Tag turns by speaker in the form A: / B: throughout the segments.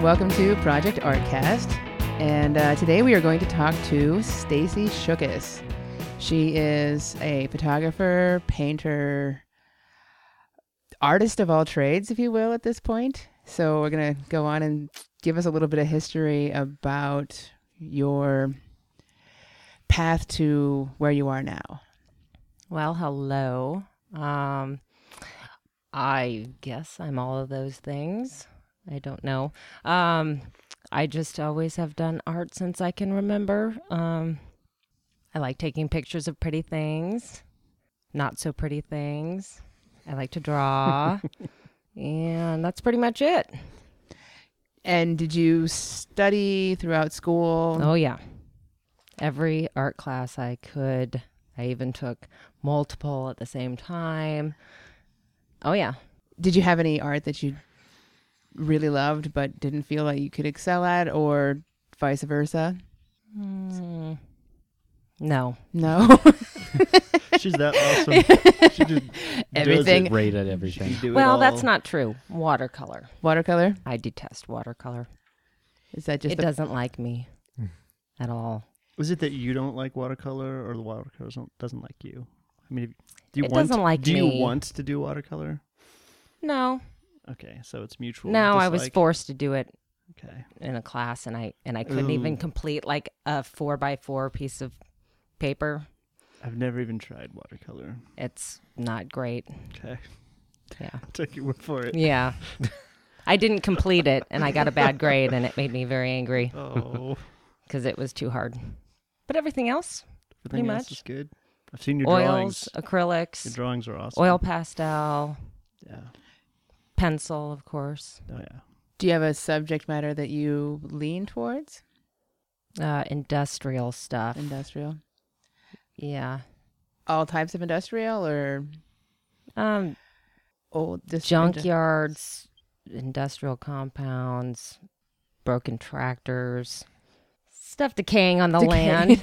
A: welcome to Project Artcast. And uh, today we are going to talk to Stacy Shookus. She is a photographer, painter, artist of all trades, if you will, at this point. So we're going to go on and give us a little bit of history about your path to where you are now.
B: Well, hello. Um, I guess I'm all of those things. I don't know. Um, I just always have done art since I can remember. Um, I like taking pictures of pretty things, not so pretty things. I like to draw, and that's pretty much it.
A: And did you study throughout school?
B: Oh, yeah. Every art class I could, I even took multiple at the same time. Oh, yeah.
A: Did you have any art that you really loved but didn't feel like you could excel at, or vice versa?
B: Mm. No.
A: No.
C: She's that awesome. she just
A: Everything.
C: Does it right at everything.
B: Well, that's not true. Watercolor.
A: Watercolor?
B: I detest watercolor.
A: Is that just
B: it
A: the-
B: doesn't like me
C: Hmm.
B: at all.
C: Was it that you don't like watercolor, or the watercolor don't, doesn't like you? I mean, do you
B: It
C: want?
B: doesn't like
C: do
B: me.
C: you want to do watercolor?
B: No.
C: Okay, so it's mutual.
B: No, I was
C: dislike.
B: forced to do it
C: Okay,
B: in a class and I and I couldn't even
C: Ooh.
B: complete like a four by four piece of paper.
C: I've never even tried watercolor.
B: It's not great.
C: Okay,
B: Yeah.
C: I'll take your word for it.
B: Yeah. I didn't complete it and I got a bad grade and it made me very angry
C: Oh,
B: because it was too hard. But everything else,
C: everything else
B: much.
C: is good. I've seen your
B: oils,
C: drawings. Your
B: acrylics,
C: drawings are awesome.
B: oil pastel,
C: Yeah.
B: pencil, of course.
C: Oh yeah.
A: Do you have a subject matter that you lean towards?
B: Uh, industrial stuff.
A: Industrial.
B: Yeah.
A: All types of industrial or
B: Um,
A: old just indu-
B: junkyards, industrial compounds, broken tractors, stuff decaying on the land.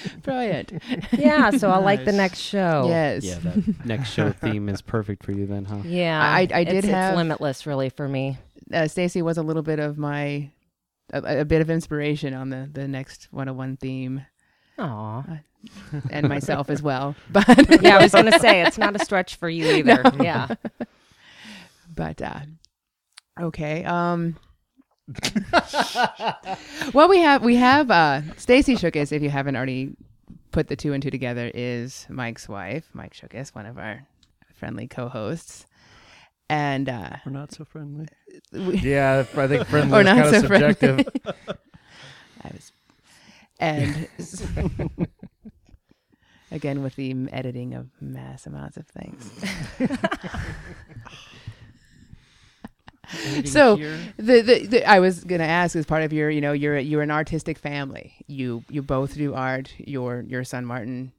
A: Brilliant.
B: yeah, so I like the
C: Nice.
B: next show.
A: Yes.
D: Yeah, that next show theme is perfect for you then, huh?
B: Yeah.
A: I- I did
B: it's,
A: have-
B: it's limitless really for me.
A: Uh, Stacy was a little bit of my a, a bit of inspiration on the the next 101 theme
B: Aw.
A: and myself as well. But
B: Yeah, I was gonna say it's not a stretch for you either. Yeah.
A: but uh okay. Um Well, we have we have uh Stacy Shookus if you haven't already put the two and two together is Mike's wife, Mike Shookus, one of our friendly co-hosts. And uh
C: We're not so friendly.
A: we,
E: Yeah, I think friendly
A: Or
E: is
A: not
E: kind of
A: so friendly.
E: subjective.
A: I was, and s- again with the m- editing of mass amounts of things.
C: Anything
A: So-
C: here?
A: The, the, the I was gonna ask as part of your, you know, you're you're an artistic family. You you both do art. Your your son Martin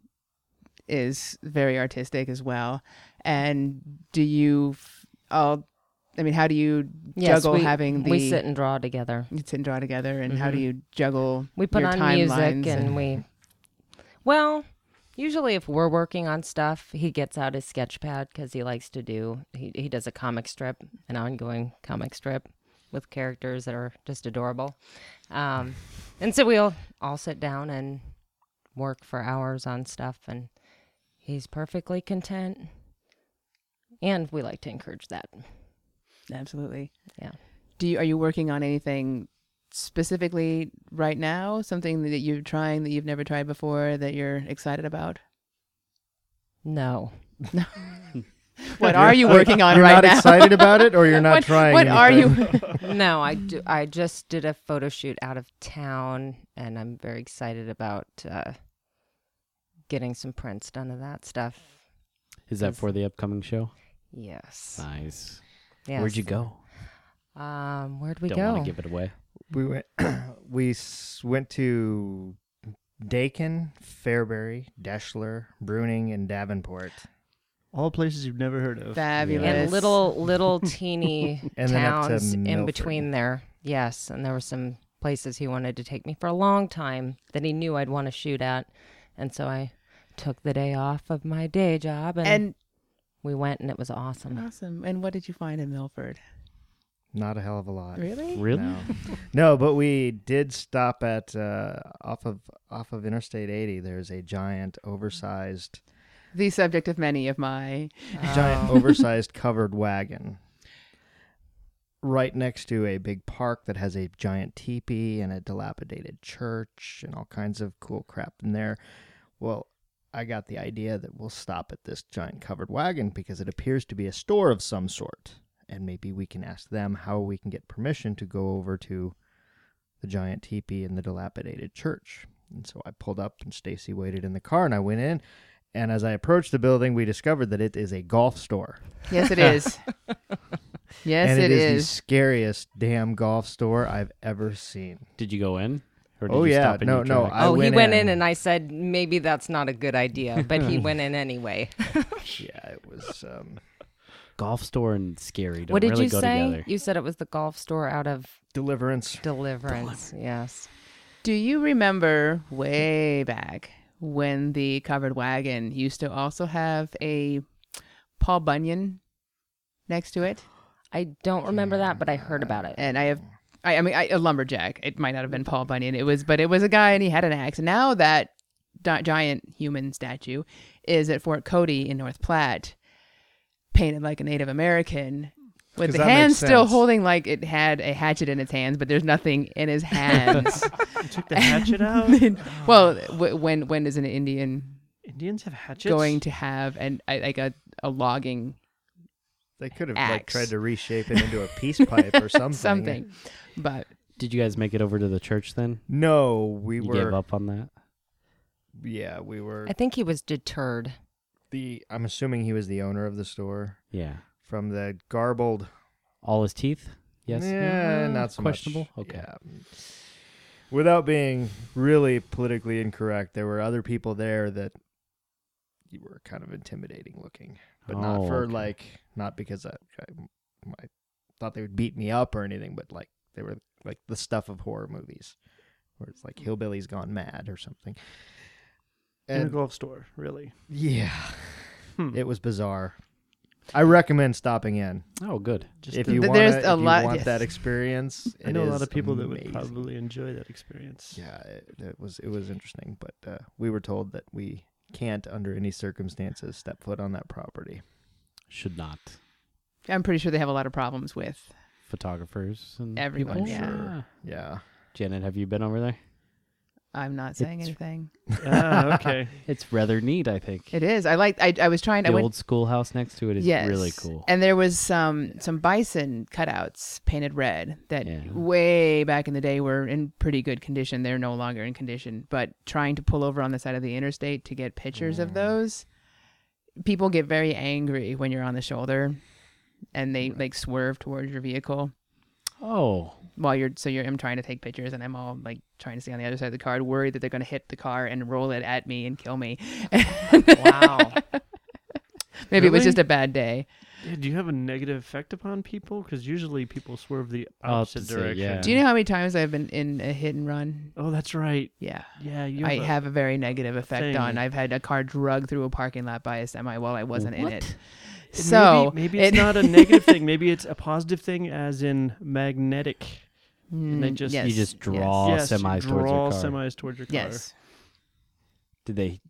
A: is very artistic as well. And do you f- all? I mean, how do you
B: Yes,
A: juggle
B: we,
A: having the
B: we sit Mm-hmm. and draw together.
A: sit and draw together, and how do you juggle?
B: We put
A: your
B: on music
A: timelines
B: and, we Well, usually if we're working on stuff, he gets out his sketch pad cuz he likes to do he he does a comic strip, an ongoing comic strip with characters that are just adorable. Um and so we'll all sit down and work for hours on stuff and he's perfectly content. And we like to encourage that.
A: Absolutely.
B: Yeah.
A: Do you are you working on anything specifically right now? Something that you're trying that you've never tried before that you're excited about?
B: No.
A: What are you working on
E: You're
A: right
E: not
A: now?
E: excited about it, or you're not
A: what,
E: trying.
A: What are
E: anything?
A: you?
B: no, I do, I just did a photo shoot out of town, and I'm very excited about uh, getting some prints done of that stuff.
D: Is that
B: Yes.
D: for the upcoming show?
B: Yes.
D: Nice.
B: yes.
D: Uh, Where'd you go?
B: go? Um, where'd we
D: Don't
B: go?
D: want to give it away.
E: We went. we s- went to Dakin, Fairbury, Deschler, Bruning, and Davenport,
C: all places you've never heard of.
A: Fabulous.
B: and little little teeny
E: and then up to
B: towns in
E: Milford.
B: between there. Yes, and there were some places he wanted to take me for a long time that he knew I'd want to shoot at, and so I took the day off of my day job and,
A: and
B: we went and it was awesome.
A: awesome. And what did you find in Milford?
E: Not a hell of a lot.
A: Really?
D: Really?
E: No. no, but we did stop at uh, off of off of Interstate 80. There's a giant, oversized,
A: The subject of many of my.
B: Um,
E: giant,
B: Oh.
E: oversized covered wagon, right next to a big park that has a giant teepee and a dilapidated church and all kinds of cool crap in there. Well, I got the idea that we'll stop at this giant covered wagon because it appears to be a store of some sort, and maybe we can ask them how we can get permission to go over to the giant teepee and the dilapidated church. And so I pulled up and Stacy waited in the car and I went in. And as I approached the building, we discovered that it is a golf store.
A: Yes, it is. yes,
E: and
A: it
E: is,
A: is.
E: the scariest damn golf store I've ever seen.
D: Did you go in? Or
E: Oh,
D: you
E: yeah.
D: stop in
E: No,
D: your
E: no,
D: track?
E: I
B: oh, he
E: went
B: went in.
E: in.
B: and I said maybe that's not a good idea, but he went in anyway.
E: Yeah, it was. Um,
D: golf store and scary. Don't
B: what did
D: really
B: you
D: go
B: say?
D: Together.
B: You said it was the golf store out of
E: Deliverance.
B: Deliverance. Yes.
A: Do you remember way back when the covered wagon used to also have a Paul Bunyan next to it?
B: I don't remember that, but I heard about it.
A: And I have, I, I mean, I, a lumberjack. It might not have been Paul Bunyan. It was, but it was a guy and he had an axe. Now that di- giant human statue is at Fort Cody in North Platte, painted like a Native American. With
E: 'Cause
A: the
E: that makes
A: hands still
E: sense.
A: holding like it had a hatchet in its hands, but there's nothing in his hands.
C: You took the hatchet out.
A: Then-
E: Oh.
A: well, w- when when is an Indian
C: Indians have hatchets.
A: going to have an I- like a, a logging
E: They could have like
A: Axe.
E: tried to reshape it into a peace pipe or something.
A: something? But
D: Did you guys make it over to the church then?
E: No, we
D: you
E: were.
D: gave up on that.
E: Yeah, we were.
B: I think he was deterred.
E: The I'm assuming he was the owner of the store.
D: Yeah.
E: From the garbled.
D: All his teeth? Yes.
E: Yeah,
D: Mm,
E: Eh, not so
D: questionable.
E: Much.
D: Okay.
E: Yeah. Without being really politically incorrect, there were other people there that you were kind of intimidating looking, but not
D: Oh,
E: for
D: okay.
E: like not because I, I I thought they would beat me up or anything, but like they were like the stuff of horror movies, where it's like hillbilly's gone mad or something.
C: in a
E: And
C: golf store, really.
E: yeah,
C: Hmm.
E: it was bizarre. I recommend stopping in
D: Oh, good.
C: Just
E: if
C: the-
E: you
A: Th-
E: want,
A: there's
E: if
A: a
E: you
A: lot-
E: want
A: yes.
E: that experience.
C: I know a lot of people that would
E: probably.
C: probably enjoy that experience.
E: yeah it, it was it was interesting but uh, we were told that we can't under any circumstances step foot on that property
D: Should not.
A: I'm pretty sure they have a lot of problems with
D: Photographers and
A: Everyone,
D: people?
A: yeah.
E: Sure. yeah
D: Janet, have you been over there?
A: I'm not saying
D: It's-
A: anything.
C: Ah, okay.
D: It's rather neat, I think.
A: It is. I like. I, I was trying.
D: the
A: I went.
D: old schoolhouse next to it is
A: yes.
D: really cool.
A: And there was some some bison cutouts painted red that
D: Yeah.
A: way back in the day were in pretty good condition. They're no longer in condition. But trying to pull over on the side of the interstate to get pictures of those, people get very angry when you're on the shoulder, and they like swerve towards your vehicle.
D: Oh,
A: while you're so you're I'm trying to take pictures and I'm all like trying to stay on the other side of the car, worried that they're gonna hit the car and roll it at me and kill me.
B: Wow.
A: Maybe it was
C: Really?
A: just a bad day.
C: Yeah, do you have a negative effect upon people? Because usually people swerve the opposite,
D: Opposite,
C: direction.
D: yeah.
A: Do you know how many times I've been in a hit and run?
C: Oh, that's right.
A: Yeah.
C: Yeah, you.
A: I
C: a-
A: have a very negative effect
C: thing.
A: on. I've had a car drug through a parking lot by a semi while I wasn't in it.
C: Maybe-
A: So
C: maybe, it's
A: it-
C: not a negative thing. Maybe it's a positive thing, as in magnetic.
A: Mm,
C: they just-
A: yes,
D: you just
A: yes,
D: draw
C: yes, you
D: semis towards
C: draw
D: your car.
C: semis towards your car.
A: Yes.
D: Did they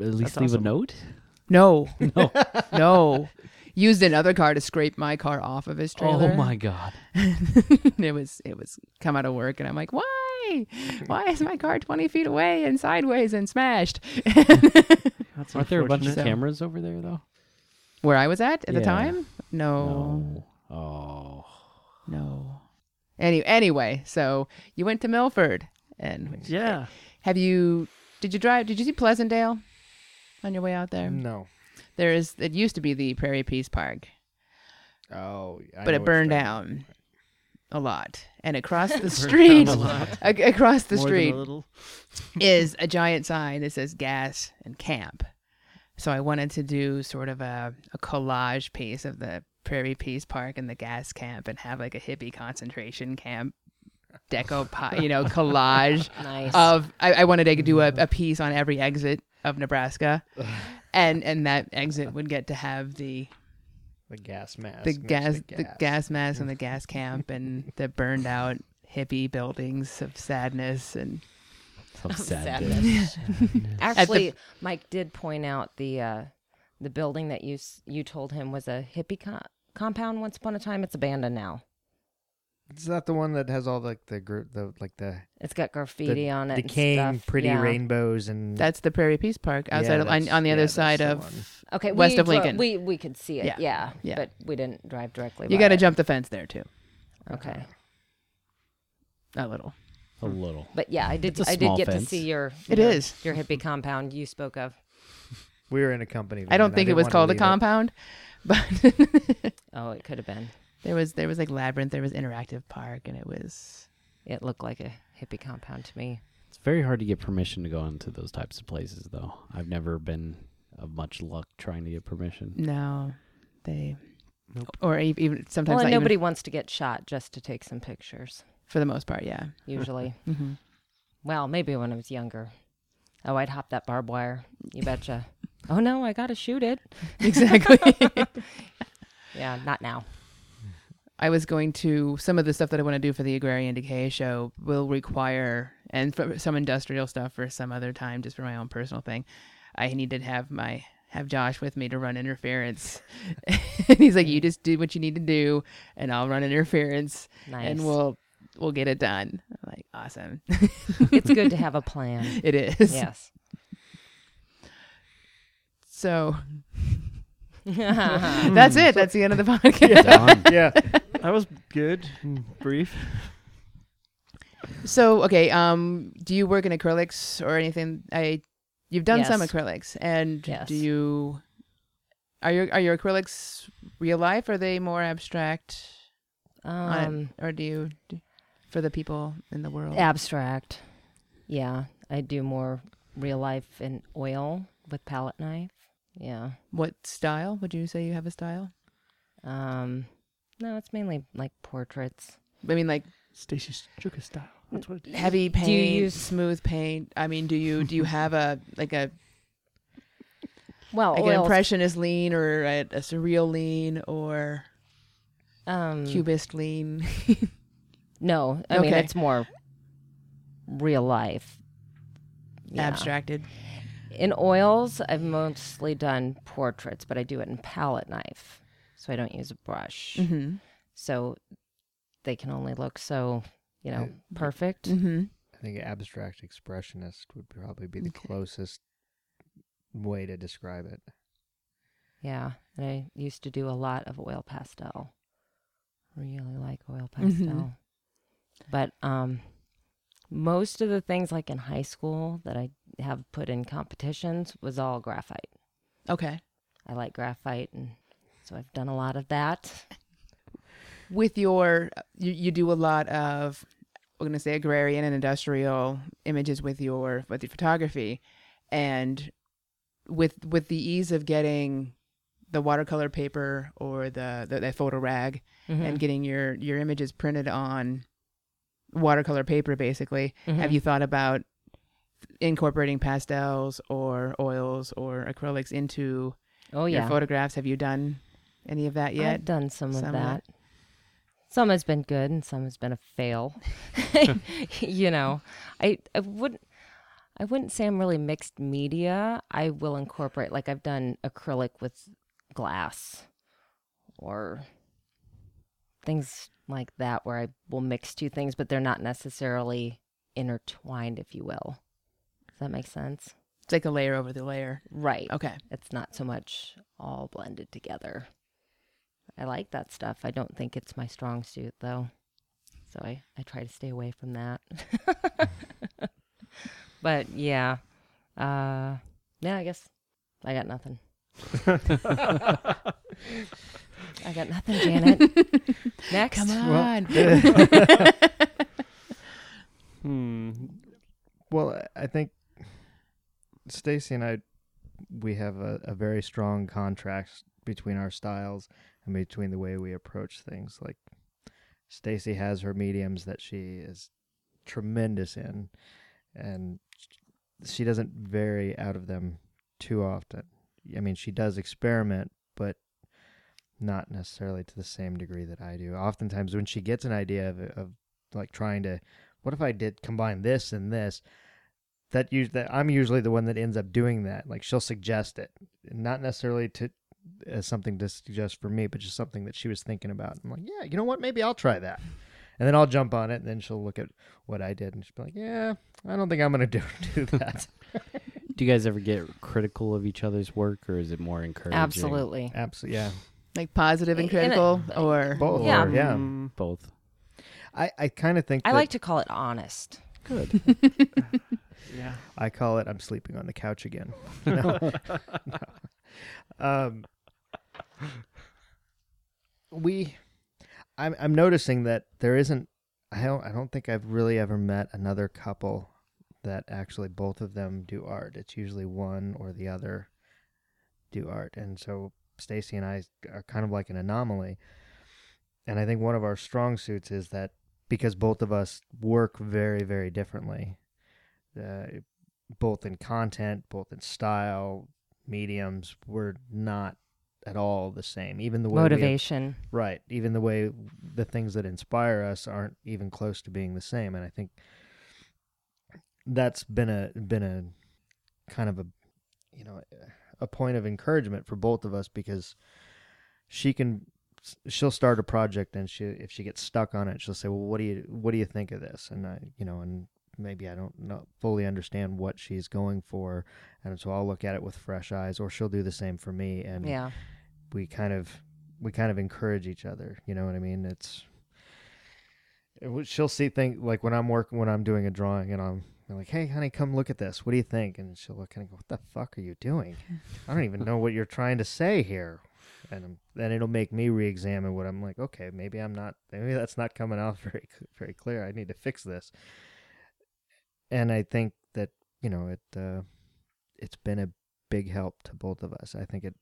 D: at least
C: That's
D: leave
C: awesome.
D: a note?
A: No. No. no. Used another car to scrape my car off of his trailer.
D: Oh my god!
A: it was it was come out of work and I'm like, why? Why is my car 20 feet away and sideways and smashed?
C: That's
D: Aren't there a bunch of
A: So-
C: unfortunate.
D: cameras over there though?
A: Where I was at at the
D: Yeah.
A: time? No,
D: No. Oh.
A: no. Any, anyway, so you went to Milford, and
C: Yeah,
A: have you? Did you drive? Did you see Pleasantdale on your way out there?
C: Mm.
E: no
A: There is. It used to be the Prairie Peace Park,
E: oh I
A: but
E: know
A: it
E: what
A: burned
E: you're
A: down a lot, and across the
C: Down
A: street,
C: a lot.
A: ac- across the
C: More than a
A: street,
C: little.
A: is a giant sign that says gas and camp. So I wanted to do sort of a, a collage piece of the Prairie Peace Park and the gas camp and have like a hippie concentration camp deco pie, you know, collage
B: nice.
A: of I, I wanted to do a, a piece on every exit of Nebraska. And and that exit would get to have the
E: The gas mask.
A: the
E: makes
A: gas, the gas, mask and the gas camp and the burned out hippie buildings of sadness and
D: Some sadness.
B: sadness. Actually, Mike did point out the uh, the building that you s- you told him was a hippie co- compound once upon a time. It's abandoned now.
E: Is that the one that has all like the group, the like the
B: It's got graffiti
E: the
B: on it. and
E: decaying
B: stuff.
E: pretty
B: yeah.
E: rainbows and
A: that's the Prairie Peace Park
E: Mm-hmm. Yeah,
A: outside of, on,
E: that's-
A: on the
E: yeah,
A: other
E: that's
A: side
E: the
A: of.
E: one.
B: Okay,
A: west
B: we
A: of
B: dro-
A: Lincoln.
B: we we could see it.
A: Yeah.
B: Yeah,
A: Yeah.
B: but we didn't drive directly.
A: You
B: by
A: got to
B: it.
A: jump the fence there too,
B: Okay,
A: a little.
D: A little.
B: but yeah, I did.
D: It's a
B: I did
D: small
B: get
D: fence.
B: to see your.
A: It
B: your,
A: is.
B: your hippie compound you spoke of.
E: We were in a company.
A: I don't
E: van.
A: think it
E: didn't
A: was
E: wanna
A: called a
E: leave
A: compound, but
B: Oh, it could have been.
A: there was there was like labyrinth, there was interactive park, and it was
B: It looked like a hippie compound to me.
D: It's very hard to get permission to go into those types of places, though. I've never been of much luck trying to get permission.
A: no, they, or e- even sometimes
B: Well,
A: not
B: and
A: even-
B: nobody wants to get shot just to take some pictures.
A: for the most part, yeah.
B: Usually,
A: hmm
B: well, maybe when I was younger. Oh, I'd hop that barbed wire. You betcha. oh no, I gotta shoot it.
A: Exactly.
B: Yeah, not now.
A: I was going to some of the stuff that I want to do for the Agrarian Decay show will require, and for some industrial stuff for some other time, just for my own personal thing. I need to have my have Josh with me to run interference. and he's like, "You just do what you need to do, and I'll run interference,
B: Nice.
A: and we'll we'll get it done." I'm like, awesome,
B: it's good to have a plan.
A: it is.
B: Yes.
A: So
B: yeah.
A: that's it. That's the end of the podcast.
D: Done.
E: it. Yeah,
C: That was good, and brief.
A: So okay, um, do you work in acrylics or anything? I, you've done some
B: Yes.
A: acrylics, and
B: Yes.
A: do you? Are your are your acrylics real life? Are they more abstract, on it?
B: Um,
A: or do you, do, for the people in the world?
B: abstract. Yeah, I do more real life in oil with palette knife. Yeah.
A: What style would you say you have a style?
B: Um, no, it's mainly like portraits.
A: I mean, like
C: Stacy Struka style. That's what it is.
A: heavy paint,
B: use-
A: smooth paint. I mean, do you do you have a like a
B: Well,
A: like an
B: oil.
A: impressionist lean or a, a surreal lean or
B: um,
A: cubist lean?
B: No, I mean
A: Okay.
B: it's more real life. Yeah.
A: Abstracted.
B: In oils, I've mostly done portraits, but I do it in palette knife, so I don't use a brush.
A: hmm
B: So they can only look so, you know, perfect.
A: hmm
E: I think abstract expressionist would probably be the
A: Okay.
E: closest way to describe it.
B: Yeah, and I used to do a lot of oil pastel. Really like oil pastel.
A: Mhm.
B: But um most of the things like in high school that I have put in competitions was all graphite.
A: Okay.
B: I like graphite and so I've done a lot of that.
A: with your you, you do a lot of we're going to say agrarian and industrial images with your with your photography and with with the ease of getting the watercolor paper or the the, that photo rag
B: Mm-hmm.
A: and getting your your images printed on watercolor paper basically
B: Mm-hmm.
A: have you thought about incorporating pastels or oils or acrylics into
B: Oh
A: your
B: yeah.
A: photographs have you done any of that yet
B: I've done some,
A: Some
B: of
A: of
B: that. Some has been good and some has been a fail. you know, I I wouldn't I wouldn't say I'm really mixed media. I will incorporate like I've done acrylic with glass or things like that where I will mix two things but they're not necessarily intertwined if you will. Does that make sense?
A: it's like a layer over the layer
B: Right.
A: okay
B: It's not so much all blended together. I like that stuff. I don't think it's my strong suit though. So I, I try to stay away from that. but yeah. Uh yeah, I guess I got nothing.
C: Hmm.
B: I got nothing, Janet. Next.
A: Come on.
C: Hmm.
E: Well, I- I think Stacy and I we have a, a very strong contrast between our styles and between the way we approach things. Like Stacy has her mediums that she is tremendous in, and she doesn't vary out of them too often. I mean, she does experiment, but not necessarily to the same degree that I do. Oftentimes, when she gets an idea of, of like trying to, what if I did combine this and this? That use that I'm usually the one that ends up doing that. Like she'll suggest it, not necessarily to as something to suggest for me, but just something that she was thinking about. I'm like, yeah, you know what? Maybe I'll try that. And then I'll jump on it, and then she'll look at what I did, and she'll be like, "Yeah, I don't think I'm gonna do do that."
D: Do you guys ever get critical of each other's work, or is it more encouraging?
B: Absolutely.
E: Absolutely, yeah.
A: Like positive and
B: In a-
A: critical, or
E: Both,
B: Yeah.
E: or- yeah.
C: Mm,
D: both.
E: I, I kind of think
B: I
E: that
B: like to call it honest.
D: Good.
C: yeah.
E: I call it I'm sleeping on the couch again. No. No. Um, we, I'm, I'm noticing that there isn't, I don't, I don't think I've really ever met another couple that actually both of them do art. It's usually one or the other do art. And so Stacy and I are kind of like an anomaly. And I think one of our strong suits is that because both of us work very, very differently uh, both in content, both in style, mediums, we're not at all the same. Even the way we-
B: Motivation.
E: right? Even the way the things that inspire us aren't even close to being the same. And I think that's been a been a kind of a you know a point of encouragement for both of us because she can she'll start a project and she if she gets stuck on it she'll say well what do you what do you think of this and I you know and maybe I don't know, fully understand what she's going for and so I'll look at it with fresh eyes or she'll do the same for me and
B: Yeah.
E: we kind of we kind of encourage each other you know what i mean it's it was- she'll see things like when i'm working when i'm doing a drawing and i'm like hey honey come look at this what do you think and she'll look and go what the fuck are you doing i don't even know what you're trying to say here and I'm- then it'll make me re-examine what i'm like okay maybe i'm not maybe that's not coming out very cl- very clear i need to fix this and i think that you know it uh it's been a big help to both of us i think it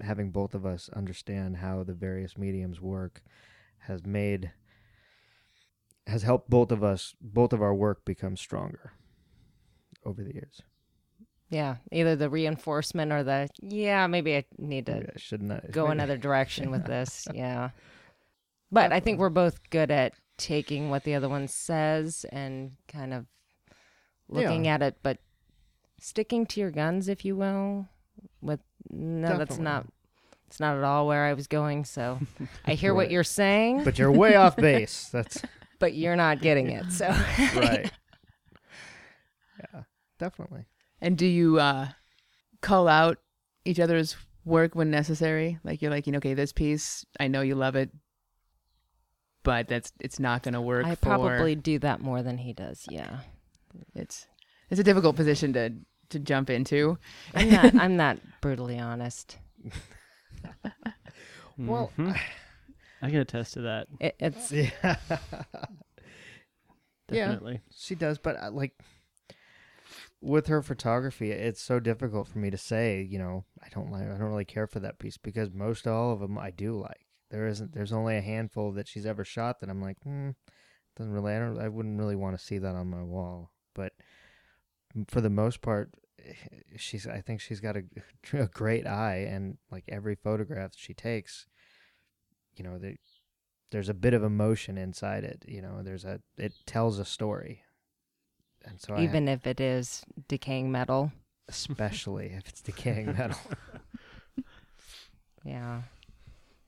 E: having both of us understand how the various mediums work has made has helped both of us both of our work become stronger over the years.
B: Yeah. Either the reinforcement or the, yeah, maybe I need to
E: Maybe I should not
B: go
E: maybe-
B: another direction with this. Yeah. But I think we're both good at taking what the other one says and kind of looking
E: Yeah.
B: at it, but sticking to your guns, if you will. With no, that's
E: Definitely.
B: not. It's not at all where I was going. So I hear what
E: Right.
B: you're saying,
E: But you're way off base. That's
B: but you're not getting it. So
E: right. Yeah, definitely.
A: and do you uh, call out each other's work when necessary? Like you're like, you know, okay, this piece, I know you love it, but that's it's not going to work.
B: I
A: for-
B: probably do that more than he does. Yeah.
A: it's it's a difficult position to to jump into.
B: I'm not I'm not brutally honest.
E: Well,
C: Mhm. I can attest to that.
B: It, it's
E: Yeah. yeah.
C: Definitely.
E: She does, but uh, like with her photography, it's so difficult for me to say. You know, I don't like. I don't really care for that piece because most all of them I do like. There isn't. There's only a handful that she's ever shot that I'm like, hmm, doesn't really. I don't. I wouldn't really want to see that on my wall. But for the most part, eh, she's. I think she's got a, a great eye, and like every photograph she takes, you know, the, there's a bit of emotion inside it. You know, there's a. It tells a story. And so I-
B: even if it is decaying metal.
E: especially if it's decaying metal.
B: Yeah.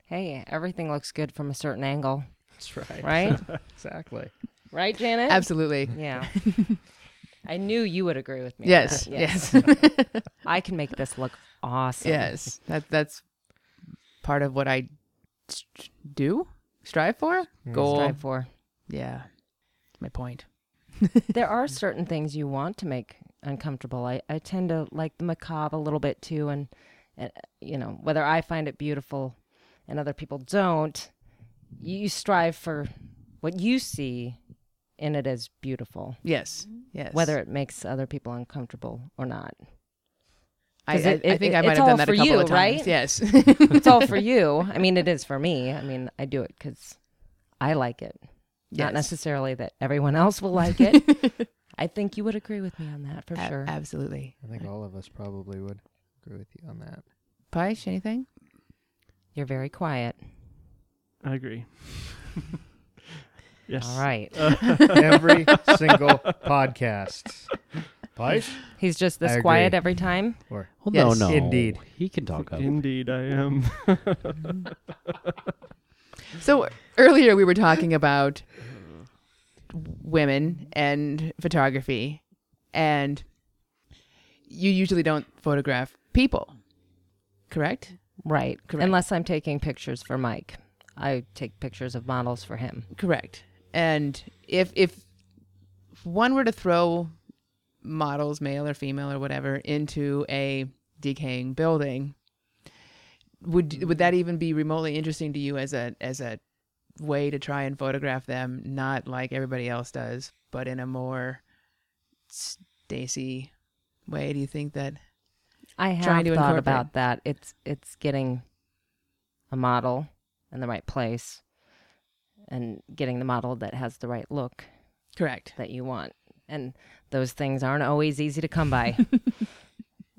B: Hey, everything looks good from a certain angle,
E: That's right.
B: right?
E: Exactly.
B: right, Janet?
A: Absolutely.
B: Yeah. I knew you would agree with me. on
A: Yes.
B: that.
A: Yes.
B: I can make this look awesome.
A: yes. That that's part of what I st- do strive for.
E: Mm.
A: Goal.
B: Strive for.
A: Yeah. That's my point.
B: There are certain things you want to make uncomfortable. I, I tend to like the macabre a little bit too, and, and uh, you know whether I find it beautiful and other people don't, you strive for what you see in it as beautiful,
A: Yes. Yes.
B: whether it makes other people uncomfortable or not.
A: I,
B: 'cause it-
A: I- I
B: it-
A: think I
B: it-
A: might
B: it's
A: have done
B: all
A: that
B: for
A: a couple
B: you,
A: of times.
B: right?
A: Yes.
B: It's all for you. I mean, it is for me. I mean, I do it because I like it. Not
A: Yes.
B: necessarily that everyone else will like it. I think you would agree with me on that for
A: A-
B: sure.
A: Absolutely.
E: I think all of us probably would agree with you on that.
A: Paish, anything?
B: You're very quiet.
C: I agree. yes.
B: All right.
A: Uh,
E: Every single podcast. Pies?
B: He's just
E: I
B: this
E: agree.
B: quiet every time.
E: Or
D: Well,
A: Yes.
D: no, no.
E: Indeed.
D: He can talk up.
C: Indeed, I am.
A: So earlier we were talking about women and photography, and you usually don't photograph people, correct?
B: Right.
A: Correct.
B: Unless I'm taking pictures for Mike. I take pictures of models for him.
A: Correct. And if if one were to throw models, male or female or whatever, into a decaying building, would would that even be remotely interesting to you as a as a way to try and photograph them, not like everybody else does, but in a more Stacy way? Do you think that?
B: I have
A: Trying to
B: thought
A: incorporate.
B: about that. It's it's getting a model in the right place and getting the model that has the right look
A: Correct.
B: that you want. And those things aren't always easy to come by.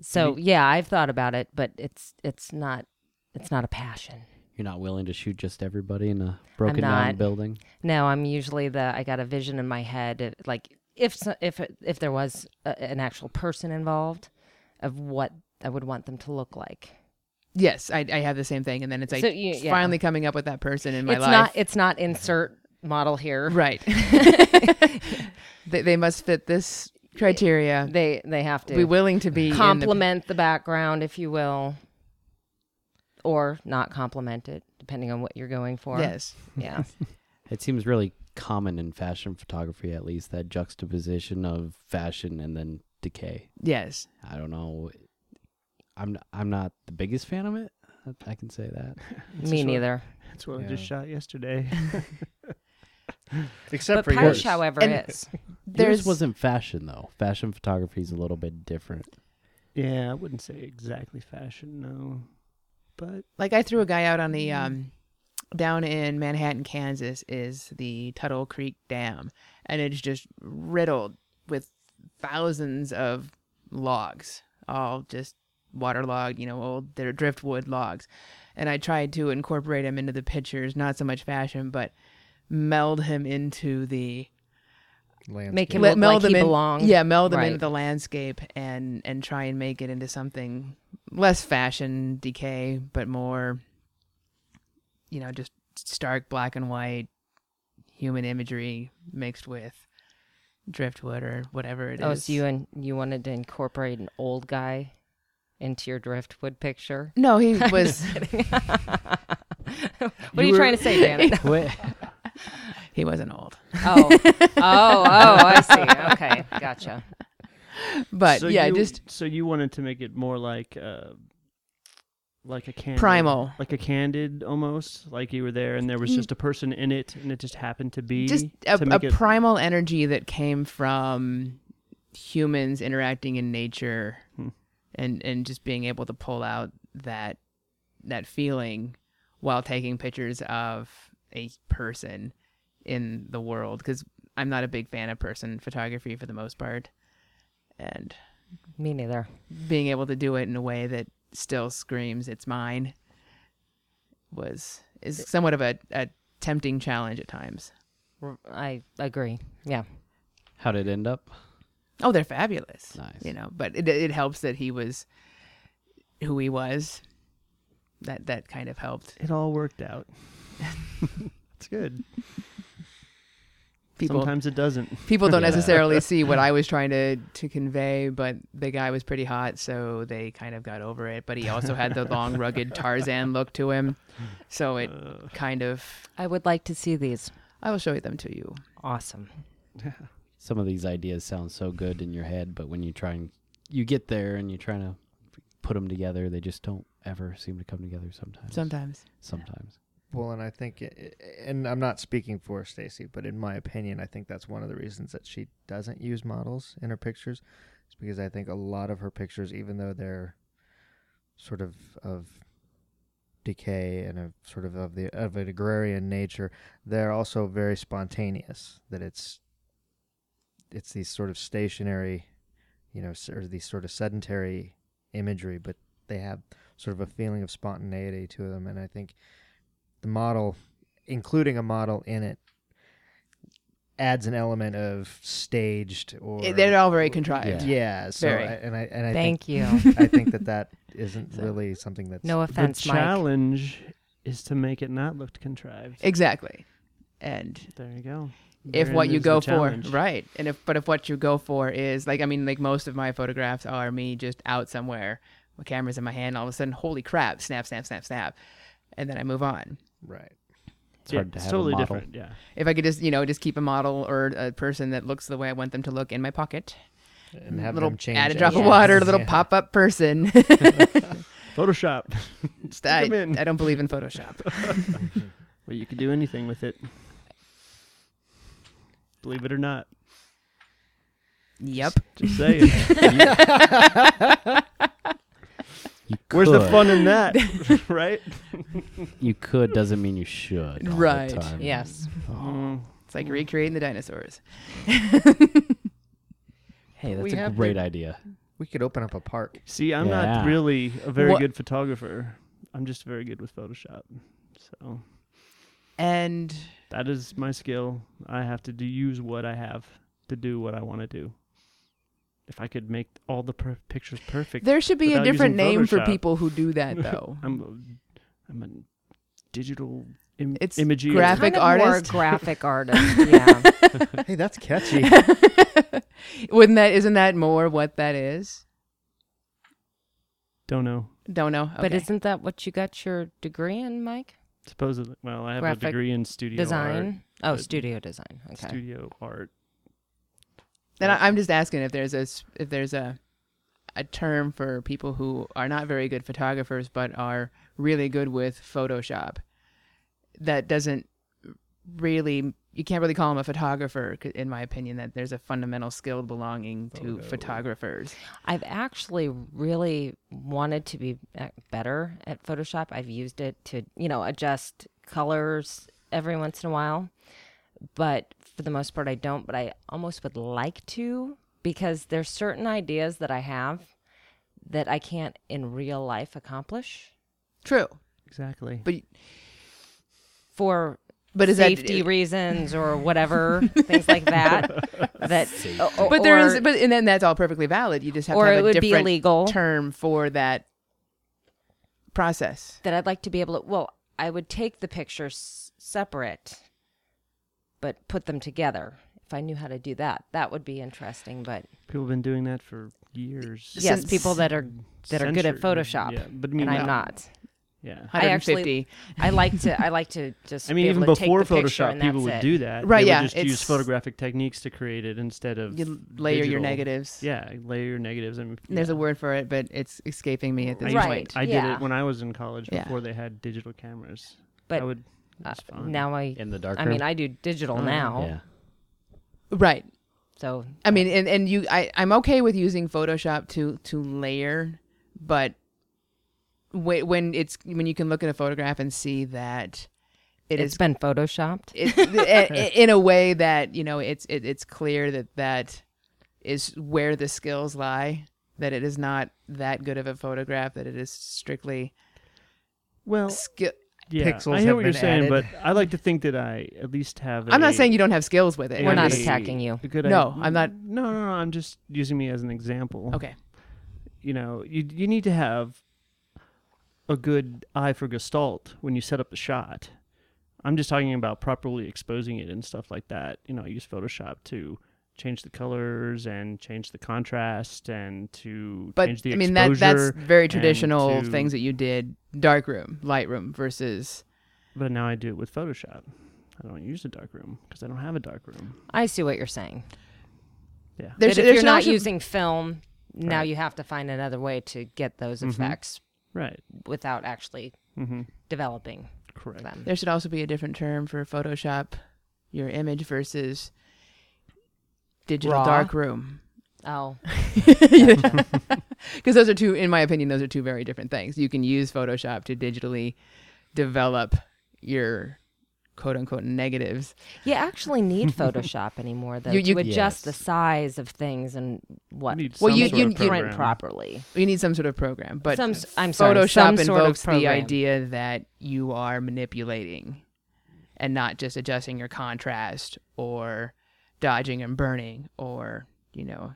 B: so yeah, I've thought about it, but it's it's not it's not a passion.
D: You're not willing to shoot just everybody in a broken down
B: not.
D: building.
B: No, I'm usually the I got a vision in my head of, like if so- if if there was a, an actual person involved of what I would want them to look like.
A: Yes, I, I have the same thing, and then it's like
B: So you- yeah.
A: finally coming up with that person in my
B: it's
A: life.
B: not it's not insert model here.
A: Right. they, they must fit this criteria.
B: They they have to
A: Be willing to be in the-
B: complement the background if you will or not complement it depending on what you're going for.
A: yes.
B: Yeah.
D: It seems really common in fashion photography, at least, that juxtaposition of fashion and then decay.
A: Yes.
D: I don't know. I'm I'm not the biggest fan of it. I- I can say that.
C: It's
B: Me
C: just what-
B: neither.
C: That's what I
E: Yeah.
C: just shot yesterday.
E: Except
B: but
E: for
B: Pouch,
E: yours.
B: however,
A: And-
B: is.
A: There's
D: Yours wasn't fashion though. Fashion photography is a little bit different.
C: yeah, I wouldn't say exactly fashion, no. But
A: like I threw a guy out on the um down in Manhattan, Kansas is the Tuttle Creek Dam and it's just riddled with thousands of logs, all just waterlogged, you know, old they're driftwood logs. And I tried to incorporate him into the pictures, not so much fashion, but meld him into the
E: Landscape.
B: Make him
A: Let-
B: look
A: meld
B: like
A: them
B: he
A: in-
B: belongs.
A: Yeah, meld them into
B: Right.
A: the landscape and and try and make it into something less fashion decay, but more, you know, just stark black and white human imagery mixed with driftwood or whatever it is.
B: Oh, so you and you wanted to incorporate an old guy into your driftwood picture?
A: No, he was
B: What are you trying to say, Janet?
D: Wait,
A: he wasn't old,
B: oh, oh, oh, I see. Okay, gotcha.
A: but
C: so
A: yeah,
C: you,
A: just
C: so you wanted to make it more like uh like a candid
A: Primal.
C: like a candid almost like you were there and there was just a person in it and it just happened to be
A: just a,
C: to
A: a
C: make it
A: primal energy that came from humans interacting in nature
C: Hmm.
A: and and just being able to pull out that that feeling while taking pictures of a person in the world because i'm not a big fan of person photography for the most part and
B: Me neither.
A: being able to do it in a way that still screams it's mine was is somewhat of a, a tempting challenge at times
B: R- I agree. Yeah.
D: how did it end up?
A: Oh, they're fabulous.
D: Nice.
A: You know, but it it helps that he was who he was. That that kind of helped.
C: it all worked out it's good
A: People
C: sometimes it doesn't
A: people don't
D: Yeah.
A: necessarily see what I was trying to to convey, but the guy was pretty hot, so they kind of got over it. But he also had the long, rugged Tarzan look to him, so
C: Uh.
A: it kind of.
B: I would like to see these.
A: I will show them to you.
B: Awesome.
D: Some of these ideas sound so good in your head, but when you try and you get there and you're trying to put them together, they just don't ever seem to come together. Sometimes.
A: Sometimes
D: Sometimes.
E: Well, and I think, it, and I'm not speaking for Stacy, but in my opinion, I think that's one of the reasons that she doesn't use models in her pictures, is because I think a lot of her pictures, even though they're sort of of decay and a sort of of the of an agrarian nature, they're also very spontaneous. That it's it's these sort of stationary, you know, s- or these sort of sedentary imagery, but they have sort of a feeling of spontaneity to them. And I think the model, including a model in it, adds an element of staged or
A: It- They're all very contrived.
D: Yeah.
E: yeah. So
A: Very.
E: I, and I and I think
B: Thank you.
E: I think that that isn't
A: So-
E: really something that's
B: No offense,
C: the
B: Mike.
C: challenge is to make it not look contrived.
A: Exactly. And
C: there you go.
A: if
C: Therein
A: what you
C: is the
A: go for
C: challenge.
A: right and if but if what you go for is like i mean like most of my photographs are me just out somewhere my camera's in my hand all of a sudden holy crap snap snap snap snap and then i move on
E: right.
D: It's
C: Yeah,
D: hard to
C: it's
D: have
C: totally
D: a model.
C: different. Yeah.
A: if i could just you know just keep a model or a person that looks the way i want them to look in my pocket
E: And have
A: little
E: them change
A: add a drop of
E: everything.
A: water little
E: Yeah.
A: pop-up person
C: Photoshop.
A: I,
C: Stick 'em in.
A: I don't believe in photoshop
C: Well, you could do anything with it. Believe it or not.
A: yep
C: Just saying.
D: You
C: Where's the
D: could.
C: fun in that? right?
D: You could doesn't mean you should. all the
A: Right,
D: time.
B: Yes.
C: Mm.
A: it's like recreating the dinosaurs
D: Hey,
E: We
D: that's a
E: have
D: great
E: to-
D: idea.
E: We could open up a park.
C: See, I'm
D: Yeah.
C: not really a very
A: What-
C: good photographer. I'm just very good with Photoshop. So
A: and
C: that is my skill. I have to do, use what I have to do what I want to do. If I could make all the per- pictures perfect,
A: there should be a
C: Without
A: different
C: using
A: name for
C: Photoshop.
A: people who do that though
C: I'm a, I'm a digital Im-
A: It's
C: imageer.
A: graphic
B: Kind of more
A: artist.
B: graphic artist. Yeah.
E: hey, that's catchy.
A: wouldn't that isn't that more what that is
C: Don't know.
A: Don't know.
B: But
A: Okay.
B: isn't that what you got your degree in, Mike?
C: Supposedly, well, I have
B: Graphic
C: a degree in studio
B: Design. oh,
C: but-
B: studio design.
C: art.
B: Okay.
C: Studio art.
A: and I, I'm just asking if there's a s- if there's a a term for people who are not very good photographers but are really good with Photoshop. That doesn't really you can't really call them a photographer 'cause in my opinion that there's a fundamental skill belonging to photographers.
B: I've actually really wanted to be uh, better at Photoshop. I've used it to, you know, adjust colors every once in a while. But for the most part, I don't. But I almost would like to because there's certain ideas that I have that I can't in real life accomplish
A: True.
C: Exactly.
A: But
B: for
A: but is
B: safety
A: that
B: reasons or whatever, things like that. That, o-
A: But there is
B: or-
A: but and then that's all perfectly valid. You just have
B: or
A: to have
B: it
A: a
B: would be
A: different
B: illegal.
A: term for that process.
B: that I'd like to be able to. Well, I would take the pictures separate, but put them together. If I knew how to do that, that would be interesting. But
C: People have been doing that for years.
B: yes,
A: Since-
B: people that are that are good at
C: Centuries.
B: Photoshop,
C: Yeah, but I mean,
B: and I'm
C: yeah.
B: not.
C: Yeah.
B: I actually-
A: 150
B: I like to. I like to just.
C: I mean,
B: be
C: even
B: able to take
C: before
B: the picture
C: Photoshop,
B: and that's
C: people would
B: it. Uh,
C: do that.
A: Right,
C: They would
A: yeah,
C: just use
A: it's-
C: photographic techniques to create it instead of
A: you layer your
C: digital.
A: negatives.
C: Yeah, layer your negatives. And
A: And There's a word for it, but it's escaping me at
C: I
A: this
C: used-
B: Right.
A: point.
C: I did
B: yeah.
C: it when I was in college
A: Yeah.
C: before they had digital cameras.
B: But,
C: I would.
B: Uh,
C: It's fine.
B: now I.
D: In the dark
B: I mean, I do digital
C: Oh,
B: now,
D: yeah.
A: Right.
B: so
A: I mean, and, and you, I, I'm okay with using Photoshop to to layer, but whe- when it's when you can look at a photograph and see that it
B: it's
A: is
B: been photoshopped.
A: it's i- in a way that you know it's it, it's clear that that is where the skills lie. That it is not that good of a photograph. That it is strictly
C: Well,
A: skill.
C: yeah,
E: pixels
C: I
E: have
C: hear what you're
E: been
C: saying, but
E: added.
C: I like to think that I at least have.
A: I'm not
C: a-
A: saying you don't have skills with it.
B: We're not
C: a-
B: attacking you.
C: a good
A: No,
C: idea.
A: I'm not-
C: No, no, no. I'm just using me as an example.
A: Okay.
C: you know, you you need to have a good eye for gestalt when you set up the shot. I'm just talking about properly exposing it and stuff like that. You know, use Photoshop to change the colors and change the contrast and to change
A: but
C: the
A: I mean that
C: exposure.
A: that's very
C: and
A: traditional
C: to-
A: things that you did darkroom, lightroom versus
C: But now I do it with Photoshop. I don't use a dark room because I don't have a dark room.
B: I see what you're saying.
C: Yeah.
A: There
B: That
A: should- there
B: if you're
A: should
B: not
A: also-
B: using film, now
C: Right.
B: you have to find another way to get those
C: Mhm.
B: effects
C: Right.
B: without actually
C: Mm-hmm.
B: developing
C: Correct.
B: them.
A: there should also be a different term for Photoshop, your image versus digital
B: Raw.
A: darkroom.
B: Oh,
A: Because those are two, in my opinion, those are two very different things. You can use Photoshop to digitally develop your quote unquote negatives.
B: You actually need Photoshop anymore, though,
A: You- you-
B: to adjust
D: Yes.
B: the size of things and what
C: need
A: Well,
C: some
A: you-
C: sort
A: you-
C: of
A: you-
B: print
C: program.
B: properly.
A: You need some sort of program, but
B: some, s- I'm sorry,
A: Photoshop
B: some sort of
A: invokes the
B: program.
A: idea that you are manipulating and not just adjusting your contrast or dodging and burning or, you know,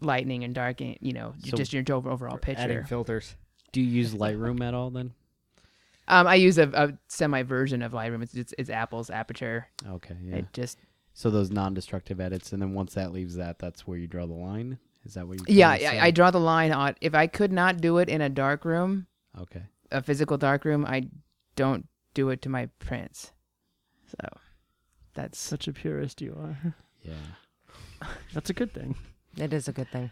A: lightening and darkening, you know,
D: So-
A: just your jo- overall
E: Adding
A: picture.
E: filters.
D: Do you use Lightroom at all then?
A: Um, I use a, a semi version of Lightroom. It's, it's, it's Apple's aperture.
D: Okay, yeah.
A: It just
D: So those non-destructive edits, and then once that leaves that, that's where you draw the line. Is that what you?
A: yeah, I, I draw the line on if I could not do it in a dark room,
D: I okay.
A: a physical dark room, I don't do it to my prints. So that's
C: Such a purist you are.
D: Yeah.
C: That's a good thing.
B: It is a good thing.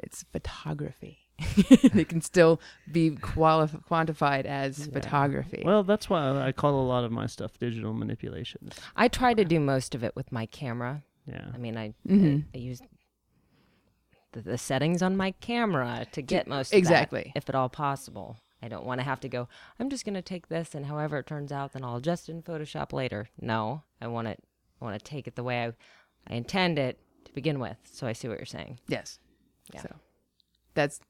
A: it's photography. it can still be qualif- quantified as
C: Yeah.
A: photography.
C: Well, that's why I call a lot of my stuff digital manipulations.
B: I try to do most of it with my camera.
C: Yeah.
B: I mean, I,
A: Mhm.
B: I, I use the, the settings on my camera to get most of that,
A: exactly.
B: if at all possible. I don't want to have to go. I'm just going to take this, and however it turns out, then I'll adjust it in Photoshop later. No, I want it. I want to take it the way I, I intend it to begin with. So I see what you're saying.
A: yes.
B: Yeah.
A: So that's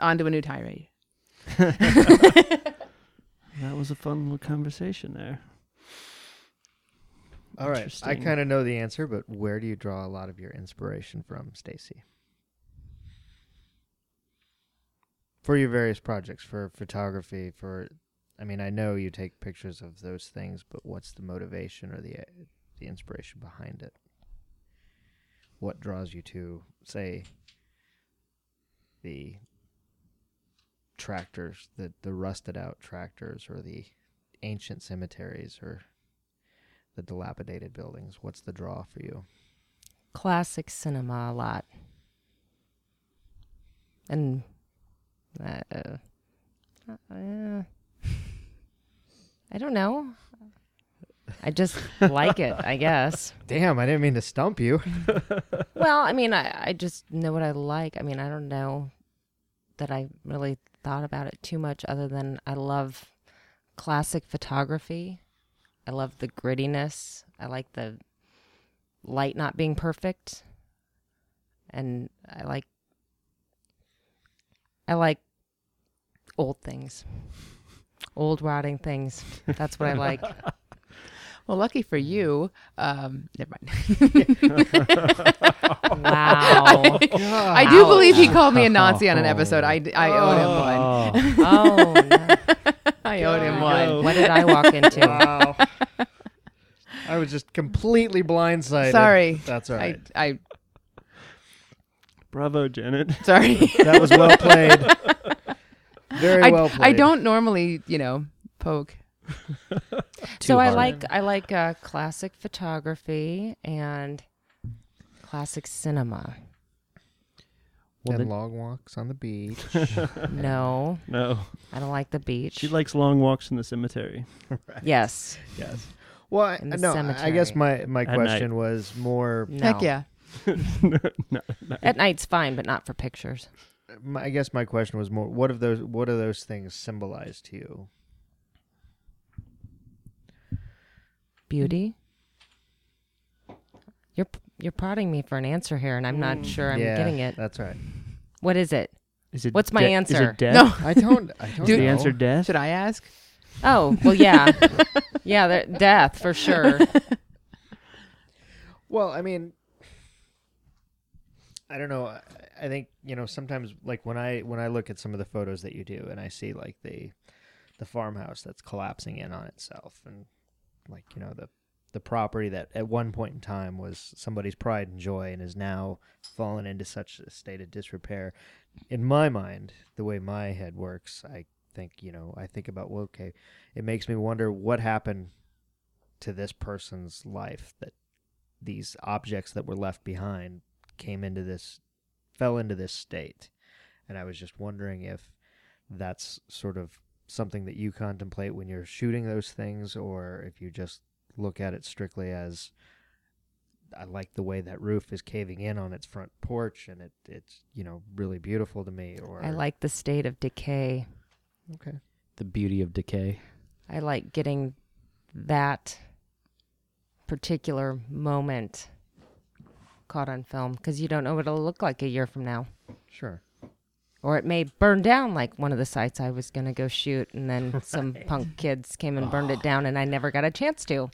A: on to a new tirade.
C: That was a fun little conversation there.
E: All right. I
C: Interesting.
E: kind of know the answer, but where do you draw a lot of your inspiration from, Stacy? For your various projects, for photography, for I mean, I know you take pictures of those things, but what's the motivation or the the inspiration behind it? What draws you to say the tractors, the the rusted out tractors or the ancient cemeteries or the dilapidated buildings. What's the draw for you?
B: Classic cinema a lot, and uh, uh, uh, I don't know. I just like it, I guess.
E: Damn, I didn't mean to stump you.
B: Well, I mean, I, I just know what I like. I mean, I don't know that I really thought about it too much, other than I love classic photography. I love the grittiness. I like the light not being perfect, and I like I like old things, old rotting things. That's what I like.
A: Well, lucky for you, um, never mind.
B: wow.
A: I do
B: Ouch.
A: believe he called me a Nazi on an episode. I, I owed him
C: Oh,
A: one.
B: Oh, no.
A: I owed him one.
B: what did I walk into?
E: Wow. I was just completely blindsided.
A: Sorry.
E: That's all right.
A: I, I
C: Bravo, Janet.
A: sorry.
E: that was well played. Very
A: I,
E: well played.
A: I don't normally, you know, poke.
B: so I
D: hard.
B: like I like uh, classic photography and classic cinema.
D: Well,
E: and
D: then,
E: long walks on the beach.
B: No,
C: No.
B: I don't like the beach.
C: She likes long walks in the cemetery.
B: yes,
E: yes. Well, I,
B: In the
E: no, I- I guess my, my
C: At
E: question was more.
B: no.
A: Heck yeah.
B: At night's fine, but not for pictures.
E: My, I guess my question was more. What of those? What do those things symbolize to you?
B: Beauty. You're you're prodding me for an answer here, and I'm not sure I'm
E: Yeah,
B: getting it.
E: That's right.
B: What is it?
C: Is it
B: What's my
C: de- Is
B: answer?
C: it death?
A: No.
E: I don't. I don't
C: Is
A: Dude-
E: know.
C: the answer death?
A: Should I ask?
B: Oh well, yeah, yeah, they're- death for sure.
E: Well, I mean, I don't know. I- I think you know sometimes, like when I when I look at some of the photos that you do, and I see like the the farmhouse that's collapsing in on itself, and like you know the the property that at one point in time was somebody's pride and joy, and is now fallen into such a state of disrepair. In my mind, the way my head works, I think you know I think about well, okay, it makes me wonder what happened to this person's life that these objects that were left behind came into this fell into this state and i was just wondering if that's sort of something that you contemplate when you're shooting those things or if you just look at it strictly as i like the way that roof is caving in on its front porch and it it's you know really beautiful to me or
B: I like the state of decay.
E: okay
D: the beauty of decay.
B: I like getting that particular moment caught on film because you don't know what it'll look like a year from now.
E: Sure.
B: Or it may burn down like one of the sites I was going to go shoot, and then some punk kids came and burned it down, and I never got a chance to.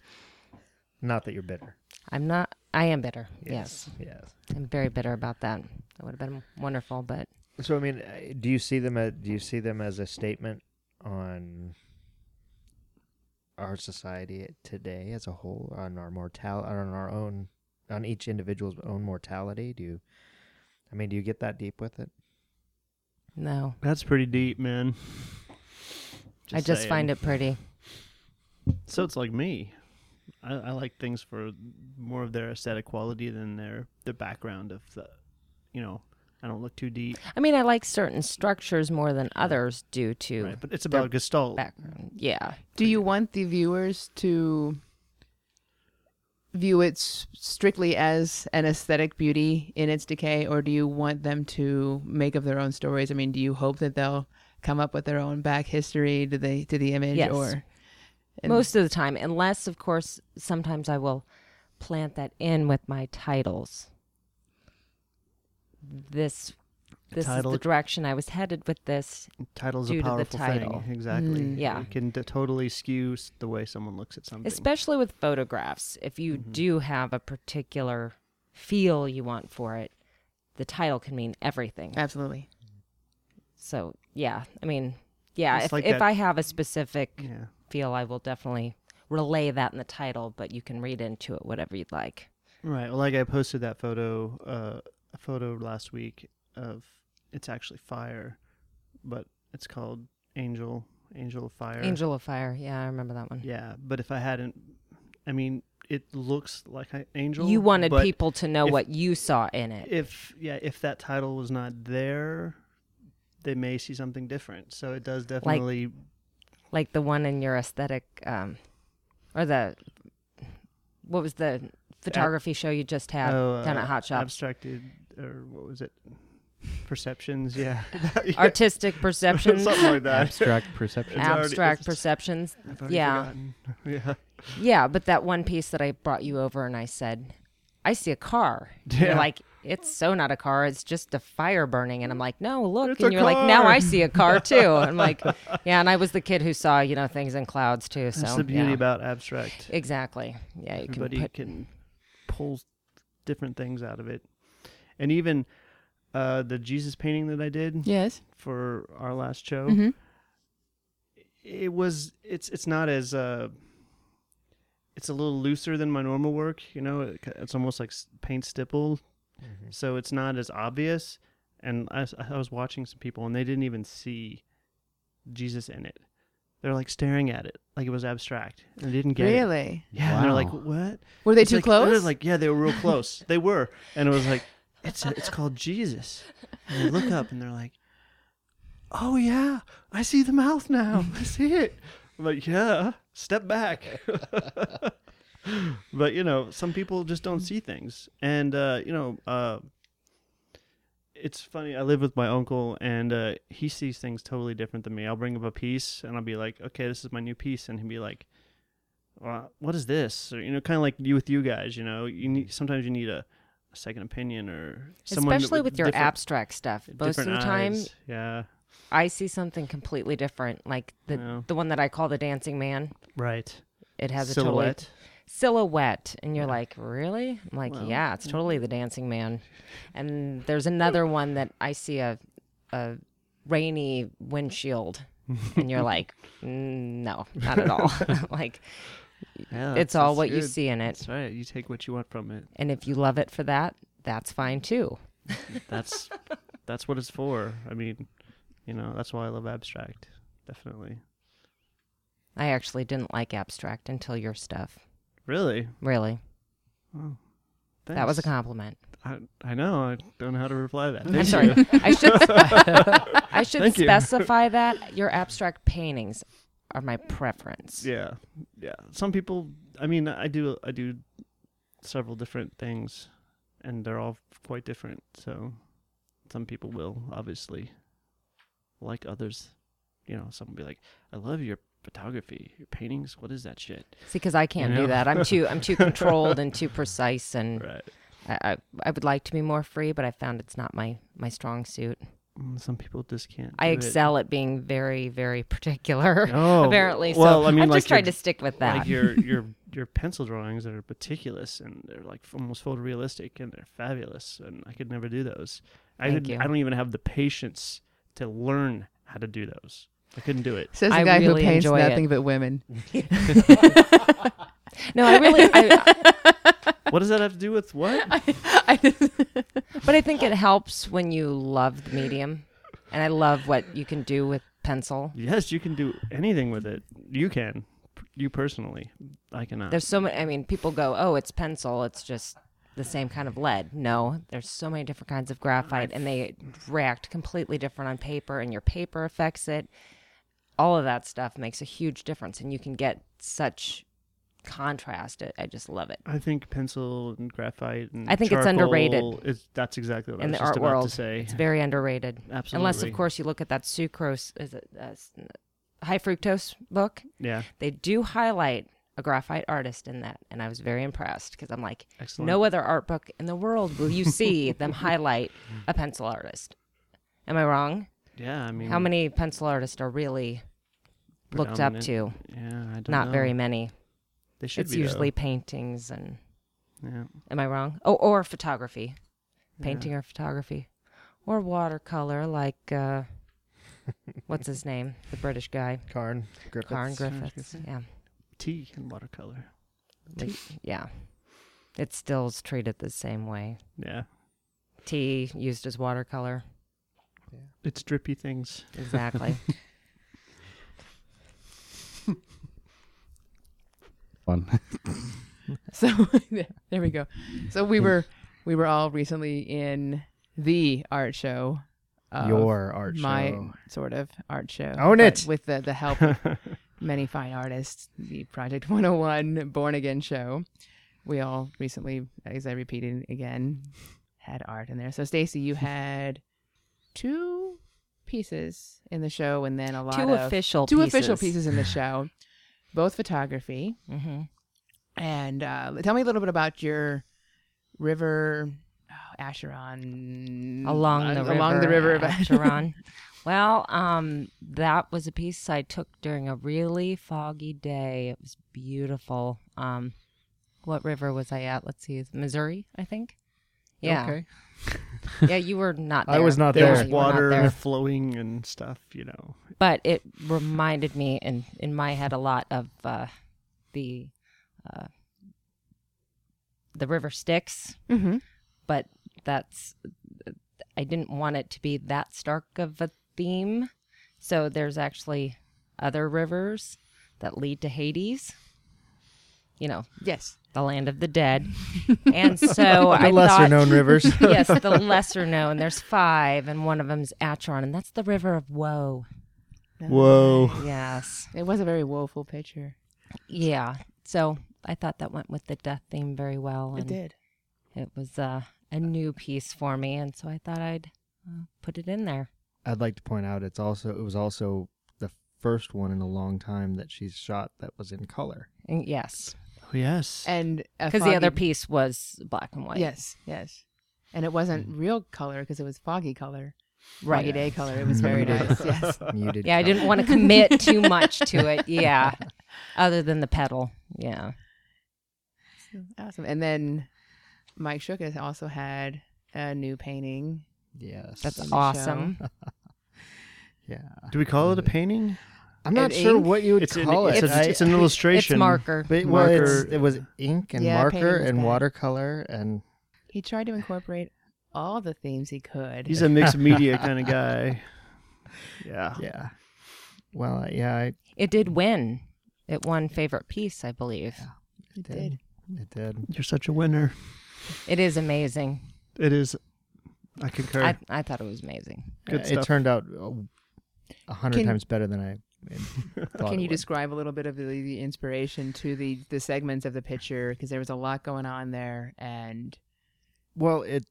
E: Not that you're bitter.
B: I'm not, I am bitter. Yes.
E: Yes.
B: I'm very bitter about that. That would have been wonderful, but
E: So I mean, uh, do you see them as do you see them as a statement on our society today as a whole, on our mortality, on our own, on each individual's own mortality? Do you? I mean, do you get that deep with it?
B: no.
C: That's pretty deep, man.
B: I just find it pretty.
C: So it's like me. I, I like things for more of their aesthetic quality than their their background of the, you know, I don't look too deep.
B: I mean, I like certain structures more than others due to
C: Right, but it's about Gestalt.
B: background. Yeah.
A: Do you want the viewers to view it s- strictly as an aesthetic beauty in its decay, or do you want them to make up their own stories? I mean, do you hope that they'll come up with their own back history to the to the image,
B: Yes.
A: or and-
B: most of the time unless of course sometimes i will plant that in with my titles this this
C: Title-
B: is the direction i was headed with this
C: Title's
B: due to
C: a
B: the
C: powerful
B: title.
C: thing. Exactly.
A: Mm.
B: Yeah.
C: It can t- totally skew s- the Mm-hmm. way someone looks at something.
B: especially with photographs if you do have a particular feel you want for it the title can mean everything
C: Uh,
A: absolutely?
B: so yeah i mean yeah
C: It's
B: if,
C: like
B: if
C: that-
B: i have a specific
C: yeah.
B: feel i will definitely relay that in the title but you can read into it whatever you'd like
C: Right. Well, like I posted that photo, uh, a photo last week of it's actually fire, but it's called Angel, Angel of Fire.
B: angel of fire yeah i remember that one
C: Yeah, but if I hadn't, I mean, it looks like an angel.
B: You wanted
C: but
B: people to know
C: if-
B: what you saw in it.
C: If yeah, if that title was not there, they may see something different. So it does definitely
B: like the one in your aesthetic, um, or the what was the photography show you just had
C: oh,
B: down
C: uh,
B: at Hot Shop?
C: abstracted or what was it? Perceptions. Yeah.
B: Artistic perceptions,
C: Something like that.
D: Abstract perception.
C: It's already-
B: abstract
C: it's-
B: perceptions.
C: I've already
B: Yeah.
C: forgotten. Yeah.
B: Yeah, but that one piece that I brought you over and I said, I see a car. And You're
C: Yeah.
B: like, it's so not a car. It's just a fire burning. And I'm like, no, look.
C: It's
B: and
C: a
B: you're like, now
C: car."
B: I see a car too. I'm like, yeah. And I was the kid who saw, you know, things in clouds too. So
C: That's the beauty
B: yeah.
C: about abstract.
B: Exactly. Yeah, you can
C: Everybody
B: put
C: can pull different things out of it, and even uh, the Jesus painting that I did
A: Yes.
C: for our last show,
B: Mm-hmm.
A: hmm
C: it was it's it's not as uh, it's a little looser than my normal work. You know, it, it's almost like s- paint stipple,
B: Mm-hmm.
C: so it's not as obvious. And I, s- I was watching some people, and they didn't even see Jesus in it. They're like staring at it like it was abstract, and they didn't get it.
A: Really?
C: Yeah, and they're like,
D: Wow.
C: what?
A: Were they
C: It's
A: too
C: like-
A: close?
C: It was like, yeah, they were real close. they were, and it was like, it's it's called Jesus. And they look up and they're like, oh yeah, I see the mouth now. I see it. I'm like, yeah, step back. but you know, some people just don't see things, and uh, you know, uh, it's funny. I live with my uncle, and uh, he sees things totally different than me. I'll bring up a piece, and I'll be like, okay, this is my new piece, and he'll be like well, what is this? Or, you know, kind of like you with you guys. You know, you need sometimes you need a, a second opinion or someone
B: especially with your
C: different-
B: abstract stuff. Most of the
C: different
B: time,
C: eyes. Yeah,
B: I see something completely different, like the
C: Yeah.
B: the one that I call the dancing man.
C: right.
B: It has a
C: Silhouette.
B: totally silhouette, and you're like, really? I'm like,
C: Well, mm-hmm.
B: yeah, it's totally the dancing man. And there's another one that I see a a rainy windshield, and you're like, "Mm, no, not at all. like it's all what you see in it,
C: That's right. You take what you want from it.
B: and if you love it for that, that's fine too.
C: That's that's what it's for. I mean, you know, that's why I love abstract. Definitely.
B: I actually didn't like abstract until your stuff.
C: Really.
B: Really.
C: Oh,
B: That was a
C: thanks.
B: compliment.
C: I, I know. I don't know how to reply to that.
B: I'm
C: Thank
B: sorry.
C: you.
B: I should I should
C: Thank you.
B: specify that your abstract paintings are my preference.
C: Yeah, yeah. Some people. I mean, I do. I do several different things, and they're all quite different. So, some people will obviously like others. You know, some will be like, "I love your photography, your paintings. What is that shit?
B: See, because I can't
C: You know?
B: do that. I'm too I'm too controlled and too precise, and
C: Right.
B: I, I I would like to be more free, but I found it's not my my strong suit.
C: Mm, Some people just can't.
B: I
C: do it.
B: excel at being very very particular.
C: Oh,
B: apparently, so
C: well, I mean,
B: I'm
C: like
B: just trying
C: your-
B: to stick with that.
C: Like your your your pencil drawings are meticulous and they're like f- almost photorealistic and they're fabulous and I could never do those. I
B: Thank
C: could,
B: you.
C: I don't even have the patience to learn how to do those. I couldn't do it.
A: Says the
B: I
A: guy
B: really
A: who paints
B: enjoy it.
A: nothing but women.
B: no, I really, I,
C: What does that have to do with what?
B: but I think it helps when you love the medium, and I love what you can do with pencil.
C: yes, you can do anything with it. You can. P- You personally, I cannot.
B: There's so many. I mean, people go, "Oh, it's pencil. It's just the same kind of lead." No, there's so many different kinds of graphite, and they react completely different on paper, and your paper affects it. All of that stuff makes a huge difference, and you can get such contrast. I, I just love it.
C: I think pencil and graphite and
B: I think it's underrated.
C: charcoal is- that's exactly what I
B: In
C: was
B: the
C: just
B: art
C: about
B: world,
C: to say.
B: It's very underrated,
C: Absolutely.
B: unless, of course, you look at that sucrose is it uh, s- high fructose book.
C: yeah,
B: They do highlight a graphite artist in that, and I was very impressed because I'm like.
C: excellent.
B: No other art book in the world will you see them highlight a pencil artist. Am I wrong?
C: yeah, I mean,
B: How many pencil artists are really looked up
C: predominant-
B: to?
C: Yeah, I don't
B: Not
C: know.
B: very many.
C: They should
B: it's
C: be, though.
B: usually paintings and
C: yeah.
B: am I wrong? Oh, or photography,
C: Yeah.
B: painting or photography, or watercolor like uh, what's his name, the British guy,
E: Karn Griffiths.
B: Karn
C: Griffiths.
B: Griffiths. Yeah,
C: tea and watercolor.
B: We- yeah. It still is treated the same way.
C: Yeah.
B: Tea used as watercolor.
C: It's drippy things.
B: Exactly.
D: Fun.
A: So there we go. So we were we were all recently in the art show. of
E: Your art
A: my
E: show.
A: sort of art show.
E: Own
A: but
E: it.
A: with the the help of many fine artists. The Project 101 Born Again show. We all recently, as I repeated again, had art in there. So Stacy, you had two pieces in the show, and then a lot
B: two
A: of
B: official
A: two
B: pieces.
A: official pieces in the show, both photography.
B: Mm-hmm.
A: And uh, tell me a little bit about your river, oh, Acheron.
B: along the river,
A: Mm, along the river of
B: Acheron. well, um, that was a piece I took during a really foggy day. It was beautiful. Um, what river was I at? Let's see, it's Missouri, I think. Yeah,
E: Okay.
B: yeah, you were not. There.
E: I was not
B: Yeah,
E: There
C: There's
E: was
B: you were not
C: water
B: there.
C: flowing and stuff, you know.
B: but it reminded me in in my head a lot of uh, the uh, the river Styx.
A: Mm-hmm.
B: but that's I didn't want it to be that stark of a theme. So there's actually other rivers that lead to Hades. You know,
A: Yes.
B: the land of the dead. and so
E: The
B: I
E: lesser
B: thought
E: known rivers.
B: yes, the lesser known. There's five and one of them's Acheron and that's the river of woe.
E: Whoa.
B: Yes.
A: It was a very woeful picture.
B: Yeah. So I thought that went with the death theme very well.
A: It
B: and-
A: did.
B: it was uh, a new piece for me, and so I thought I'd uh, put it in there.
E: I'd like to point out it's also it was also the first one in a long time that she's shot that was in color.
B: And yes,
C: Oh, yes.
A: And
B: because the other piece was black and white.
A: Yes, yes. And it wasn't real color because it was foggy color, foggy
B: right.
A: day color. It was very nice. Yes.
E: Muted.
B: Yeah, I didn't want to commit too much to it. Yeah, other than the pedal. Yeah,
A: Awesome. And then Mike Shookus also had a new painting.
E: Yes.
B: that's
A: Awesome.
B: awesome.
E: yeah.
C: Do we call it a painting?
E: I'm not
A: An
E: sure
A: ink?
E: what you would
C: It's an,
E: call
C: it's,
E: it.
C: a-
E: I-
C: it's an illustration.
B: It's marker.
E: but, well, it's,
C: marker.
E: it was ink and
A: Yeah,
E: marker
A: painting's
E: and
A: bad.
E: watercolor and
A: He tried to incorporate all the themes he could.
C: He's a mixed media kind of guy.
A: Oh.
C: Yeah.
E: yeah. Well, uh, yeah, I
B: It did win. It won favorite piece, I believe.
A: He
E: did.
A: did.
E: It did.
C: You're such a winner.
B: It is amazing.
C: It is. I concur.
B: I, I thought it was amazing.
C: Good
E: Uh,
C: stuff.
E: It turned out uh, a hundred
A: Can-
E: times better than I. it- thought
A: Can
E: it
A: you
E: would.
A: describe a little bit of the, the inspiration to the the segments of the picture because there was a lot going on there and
E: Well, it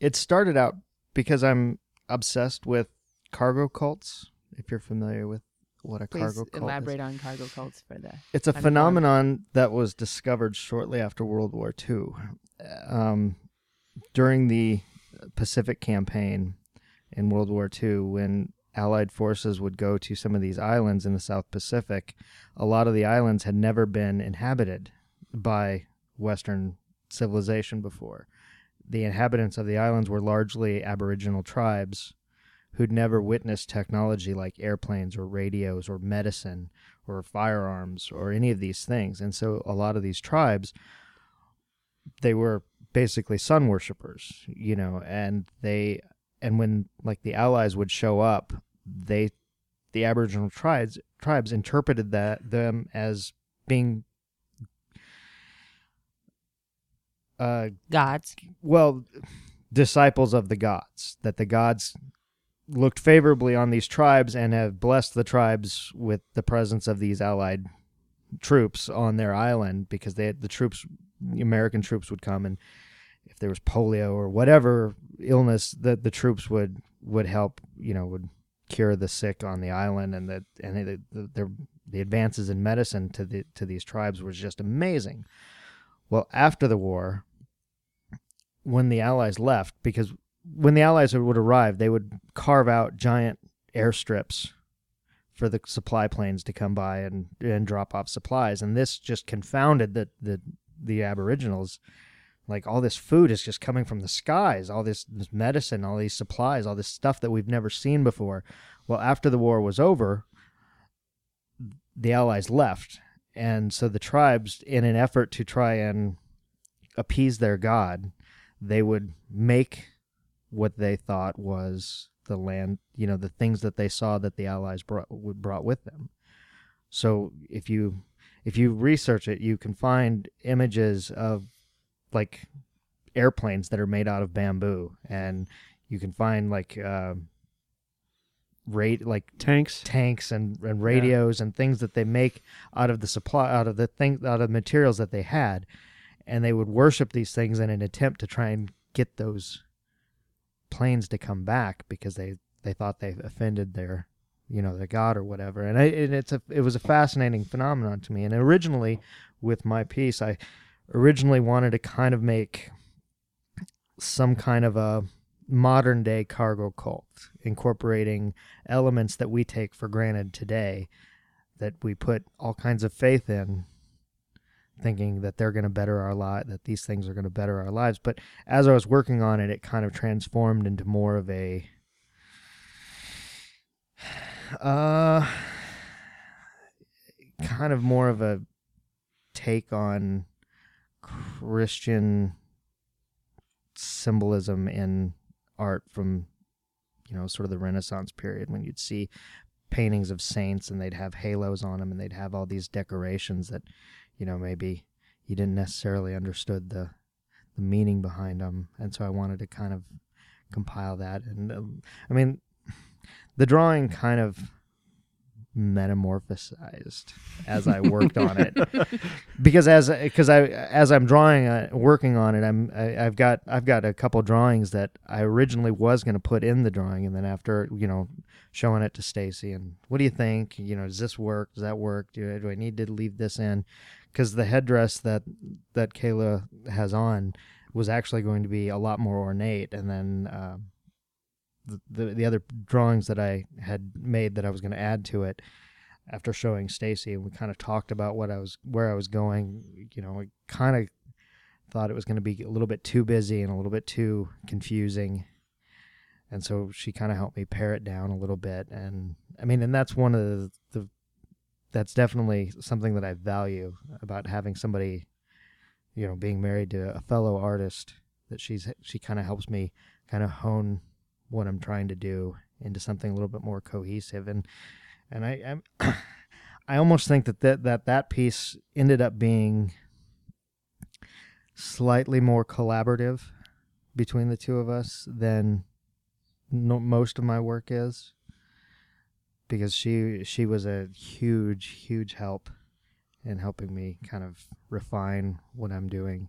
E: it started out because I'm obsessed with cargo cults. If you're familiar with what a
A: Please
E: cargo cult is.
A: elaborate on cargo cults for the.
E: It's a
A: I'm informed.
E: phenomenon that was discovered shortly after World War II. Um, during the Pacific Campaign in World War II, when Allied forces would go to some of these islands in the South Pacific, a lot of the islands had never been inhabited by Western civilization before. The inhabitants of the islands were largely Aboriginal tribes who'd never witnessed technology like airplanes or radios or medicine or firearms or any of these things. And so a lot of these tribes, they were basically sun worshippers, you know, and they, and when like the allies would show up, they, the Aboriginal tribes, tribes interpreted that them as being, uh,
B: Gods.
E: well, disciples of the gods, that the gods looked favorably on these tribes and have blessed the tribes with the presence of these allied troops on their island because they the troops the American troops would come and if there was polio or whatever illness that the troops would would help you know would cure the sick on the island and that and the the, the, the advances in medicine to the to these tribes was just amazing well after the war when the allies left because when the allies would arrive they would carve out giant airstrips for the supply planes to come by and, and drop off supplies and this just confounded the, the the aboriginals like all this food is just coming from the skies all this, this medicine all these supplies all this stuff that we've never seen before well after the war was over the allies left and so the tribes in an effort to try and appease their god they would make what they thought was the land, you know, the things that they saw that the allies brought would- brought with them. So if you if you research it, you can find images of like airplanes that are made out of bamboo, and you can find like uh, rate like
C: Tanks.
E: tanks and, and radios and things that they make out of the supply out of the thing out of materials that they had and they would worship these things in an attempt to try and get those planes to come back because they they thought they offended their you know their god or whatever and, I, and it's a it was a fascinating phenomenon to me and originally with my piece i originally wanted to kind of make some kind of a modern day cargo cult incorporating elements that we take for granted today that we put all kinds of faith in thinking that they're going to better our lot that these things are going to better our lives but as i was working on it it kind of transformed into more of a uh kind of more of a take on christian symbolism in art from you know sort of the renaissance period when you'd see paintings of saints and they'd have halos on them and they'd have all these decorations that you know maybe you didn't necessarily understood the the meaning behind them and so i wanted to kind of compile that and um, i mean the drawing kind of metamorphosized as i worked on it because as because I as I'm drawing uh, working on it I'm I, I've got I've got a couple drawings that I originally was going to put in the drawing and then after you know showing it to Stacy and what do you think you know does this work does that work do I, do I need to leave this in because the headdress that that Kayla has on was actually going to be a lot more ornate and then uh, the, the the other drawings that I had made that I was going to add to it after showing Stacy and we kind of talked about what I was where I was going, you know, I kind of thought it was going to be a little bit too busy and a little bit too confusing. And so she kind of helped me pare it down a little bit and I mean and that's one of the, the that's definitely something that I value about having somebody you know being married to a fellow artist that she's she kind of helps me kind of hone what I'm trying to do into something a little bit more cohesive and and I I'm, I almost think that, that that that piece ended up being slightly more collaborative between the two of us than no, most of my work is because she she was a huge huge help in helping me kind of refine what I'm doing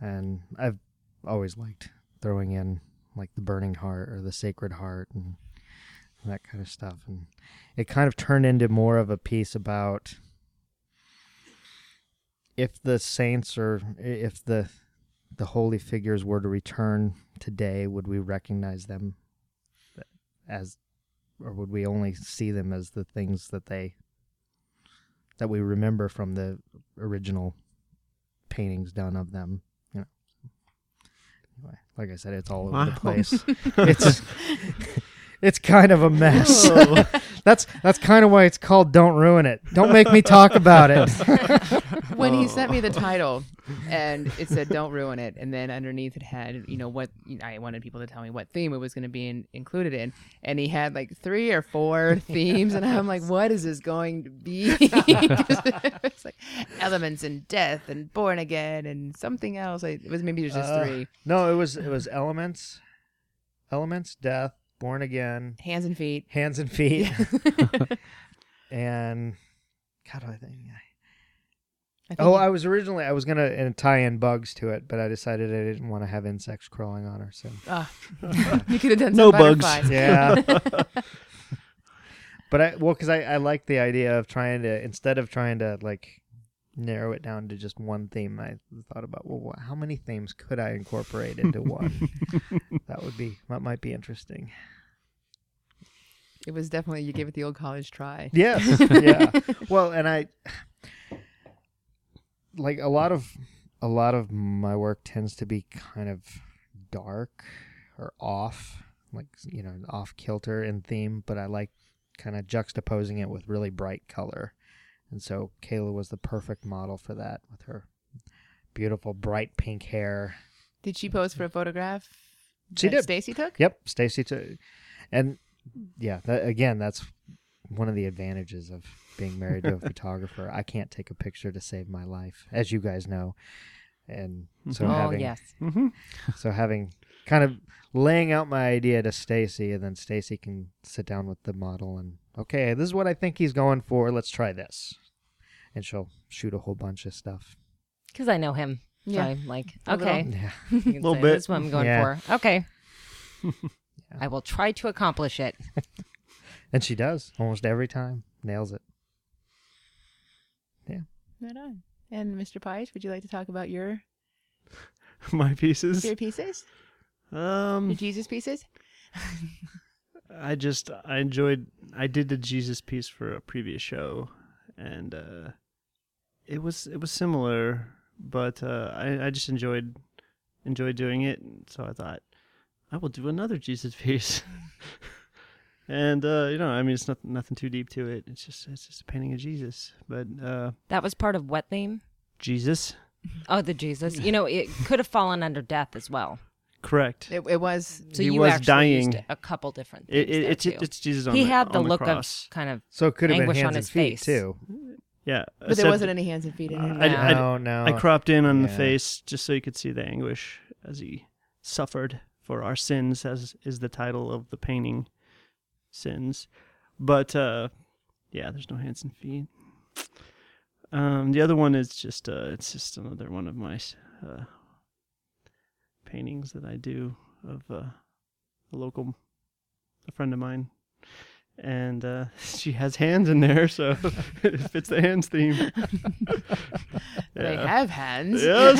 E: and I've always liked throwing in like the burning heart or the sacred heart and and that kind of stuff. And it kind of turned into more of a piece about if the saints or i- if the the holy figures were to return today, would we recognize them as, or would we only see them as the things that they that we remember from the original paintings done of them? You know. Anyway, like I said, it's all over
D: Wow.
E: the place. it's it's kind of a mess. that's that's kind of why it's called "Don't Ruin It." Don't make me talk about it.
A: when he sent
E: Oh.
A: me the title and it said don't ruin it and then underneath it had you know what you know, i wanted people to tell me what theme it was going to be in, included in and he had like three or four themes and i'm like what is this going to be 'Cause it's like elements and death and born again and something else I, it was maybe there's just
E: Uh,
A: three
E: No, it was it was elements, elements, death, born again,
A: hands and feet
E: hands and feet, and God, I think.
A: I think
E: Oh,
A: he-
E: I was originally I was gonna and tie in bugs to it, but I decided I didn't want to have insects crawling on her. So
A: Ah. you could have done some
C: No bugs.
A: butterflies.
E: yeah. but I well, because I I like the idea of trying to instead of trying to like narrow it down to just one theme, I thought about well, wh- how many themes could I incorporate into one? that would be that might be interesting.
A: it was definitely you gave it the old college try
E: Yes. yeah. Well, and I like a lot of a lot of my work tends to be kind of dark or off, like you know, off kilter in theme, but I like kind of juxtaposing it with really bright color. And so Kayla was the perfect model for that with her beautiful bright pink hair.
A: did she pose for a photograph
E: She
A: that
E: did.
A: stacy took
E: Yep, Stacy too. And yeah, that, again, that's one of the advantages of being married to a photographer. I can't take a picture to save my life, as you guys know. And so
B: Oh,
E: having
B: yes.
C: Mm-hmm.
E: so having kind of laying out my idea to Stacy and then Stacy can sit down with the model and okay, this is what I think he's going for. Let's try this. And she'll shoot a whole bunch of stuff.
B: Because I know him.
A: Yeah.
B: Yeah. I'm like,
A: A little.
B: okay.
E: Yeah.
B: you can
C: Little
B: say,
C: bit.
B: This is what I'm going
E: Yeah.
B: for. Okay. I will try to accomplish it.
E: And she does almost every time. Nails it.
A: Right on. And Mr. Pies, would you like to talk about your
C: My pieces.
A: your pieces, your
C: Um,
A: Jesus pieces?
C: I just I enjoyed. I did the Jesus piece for a previous show, and uh, it was it was similar, but uh, I I just enjoyed enjoyed doing it. and So I thought I will do another Jesus piece, and uh, you know I mean it's not nothing too deep to it. It's just it's just a painting of Jesus, but uh,
B: That was part of what theme?
C: Jesus,
B: Oh, the Jesus. You know, it could have fallen under death as well.
C: correct.
A: It, it was
B: So
C: He
B: you
C: was
B: actually
C: dying.
B: used a couple different things.
C: It, it,
B: there,
C: it's
B: too.
C: it's Jesus on
B: he
C: the,
B: had the
C: on
B: look
C: cross.
B: of kind of,
E: So it could have been
B: Anguish on
E: hands
B: his
E: and feet
B: face.
E: too.
C: yeah,
A: but there
C: except-
A: wasn't any hands and feet in it.
C: I-
B: No.
C: I-
E: no, no.
C: I cropped in on the
E: Yeah.
C: face just so you could see the anguish as he suffered for our sins, as is the title of the painting, sins. But uh, yeah, there's no hands and feet. Um, the other one is just uh, it's just another one of my uh, paintings that I do of uh, a local, a friend of mine, and uh, she has hands in there, so it fits the hands theme.
A: They
C: Yeah.
A: have hands.
C: Yes,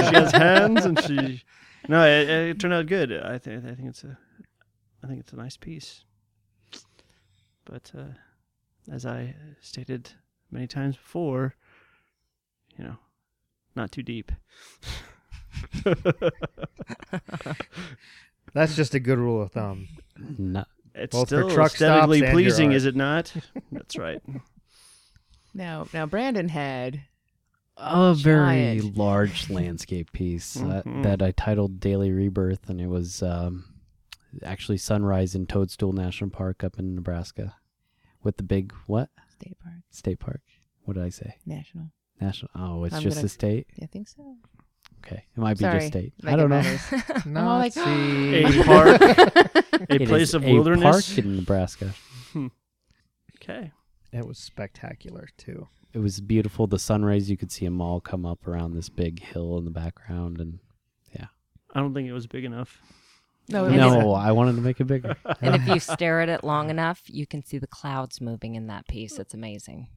C: she has hands, and she. No, it, it turned out good. I think I think it's a, I think it's a nice piece. But uh, as I stated many times before, you know, not too deep.
E: That's just a good rule of thumb.
D: Not,
C: It's
E: Both for
C: still
E: truck stops
C: aesthetically
E: and your
C: pleasing,
E: art.
C: is it not? That's right.
A: Now, now Brandon had
D: a very
A: Giant.
D: large landscape piece that,
E: Mm-hmm.
C: Mhm.
D: that I titled Daily Rebirth, and it was um, actually sunrise in Toadstool National Park up in Nebraska with the big what
A: state park,
D: state park? What did I say?
A: national.
D: National? Oh, it's
A: I'm
D: just
A: gonna-
D: a state.
A: Yeah, I think so.
D: Okay, it might be
A: Sorry,
D: just state.
A: Like
D: I don't
A: it
D: know.
A: matters.
E: No,
A: all like, "Ah!"
C: A park, a
D: It is
C: place of
D: a
C: wilderness.
D: park in Nebraska.
C: Okay.
E: It was spectacular too.
D: It was beautiful. The sunrise you could see them all come up around this big hill in the background, and
C: I don't think it was big enough.
A: No,
B: And
A: it's-
D: No, I wanted to make it bigger.
B: And if you stare at it long enough, you can see the clouds moving in that piece. It's amazing.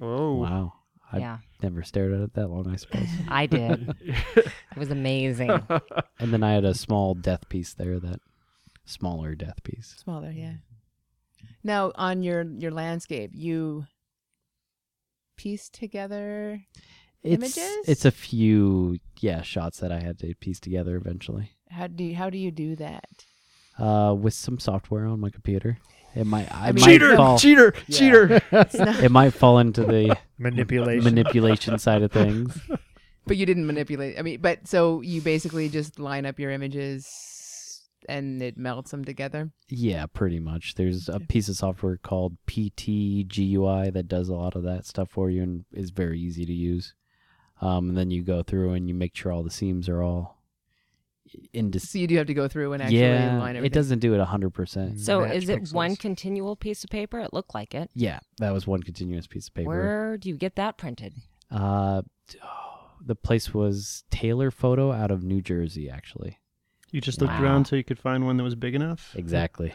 C: Oh,
D: Wow. I
B: yeah,
D: never stared at it that long, I suppose.
B: I did. it was amazing.
D: and then I had a small death piece there, that smaller death piece.
A: smaller, yeah. Now on your your landscape, you piece together.
D: It's,
A: Images?
D: It's a few, yeah, shots that I had to piece together eventually
A: How do you, how do you do that?
D: uh, with some software on my computer. It might, I
A: I mean-
D: might
C: cheater,
D: fall.
C: cheater,
E: Yeah.
C: cheater.
A: It's not,
D: It might fall into the
E: Manipulation.
D: manipulation side of things.
A: but you didn't manipulate. I mean, but so you basically just line up your images and it melts them together.
D: Yeah, pretty much. There's a piece of software called PTGUI that does a lot of that stuff for you and is very easy to use. Um, and then you go through and you make sure all the seams are all
A: So
D: indistinct.
A: you do have to go through and actually
D: Yeah,
A: line everything.
D: it doesn't do it 100%.
B: So
E: Match
B: is it one
E: pixels.
B: continual piece of paper? It looked like it.
D: Yeah, that was one continuous piece of paper.
B: Where do you get that printed?
D: Uh, the place was Taylor Photo out of New Jersey, actually.
C: You just looked
B: Wow.
C: around so you could find one that was big enough.
D: Exactly.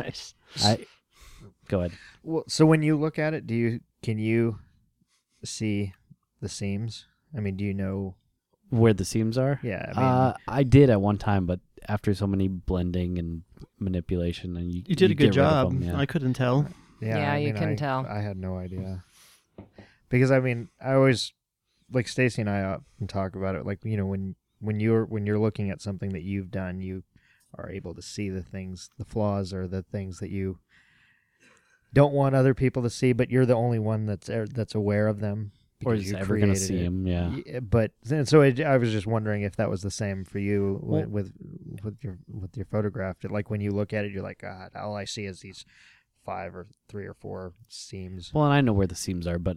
C: Nice.
D: I, go ahead.
E: Well, so when you look at it, do you can you see the seams? I mean, do you know?
D: Where the seams are?
E: Yeah, I mean,
D: Uh, I did at one time, but after so many blending and manipulation, and you,
C: You did a
D: get
C: good
D: rid
C: job.
D: of 'em, yeah.
C: I couldn't tell.
E: yeah,
B: yeah,
E: I
B: you
E: mean,
B: can
E: I-
B: tell.
E: I had no idea because I mean, I always like Stacy and I often talk about it. Like you know, when when you're when you're looking at something that you've done, you are able to see the things, the flaws, or the things that you don't want other people to see, but you're the only one that's er, that's aware of them.
D: or
E: because
D: is
E: you
D: ever gonna
E: created
D: see
E: it.
D: him? Yeah.
E: Yeah, eh, but and so it, I was just wondering if that was the same for you wi- with with your with your photograph. Did- Like when you look at it, you're like, God, all I see is these five or three or four seams.
D: Well, and I know where the seams are, but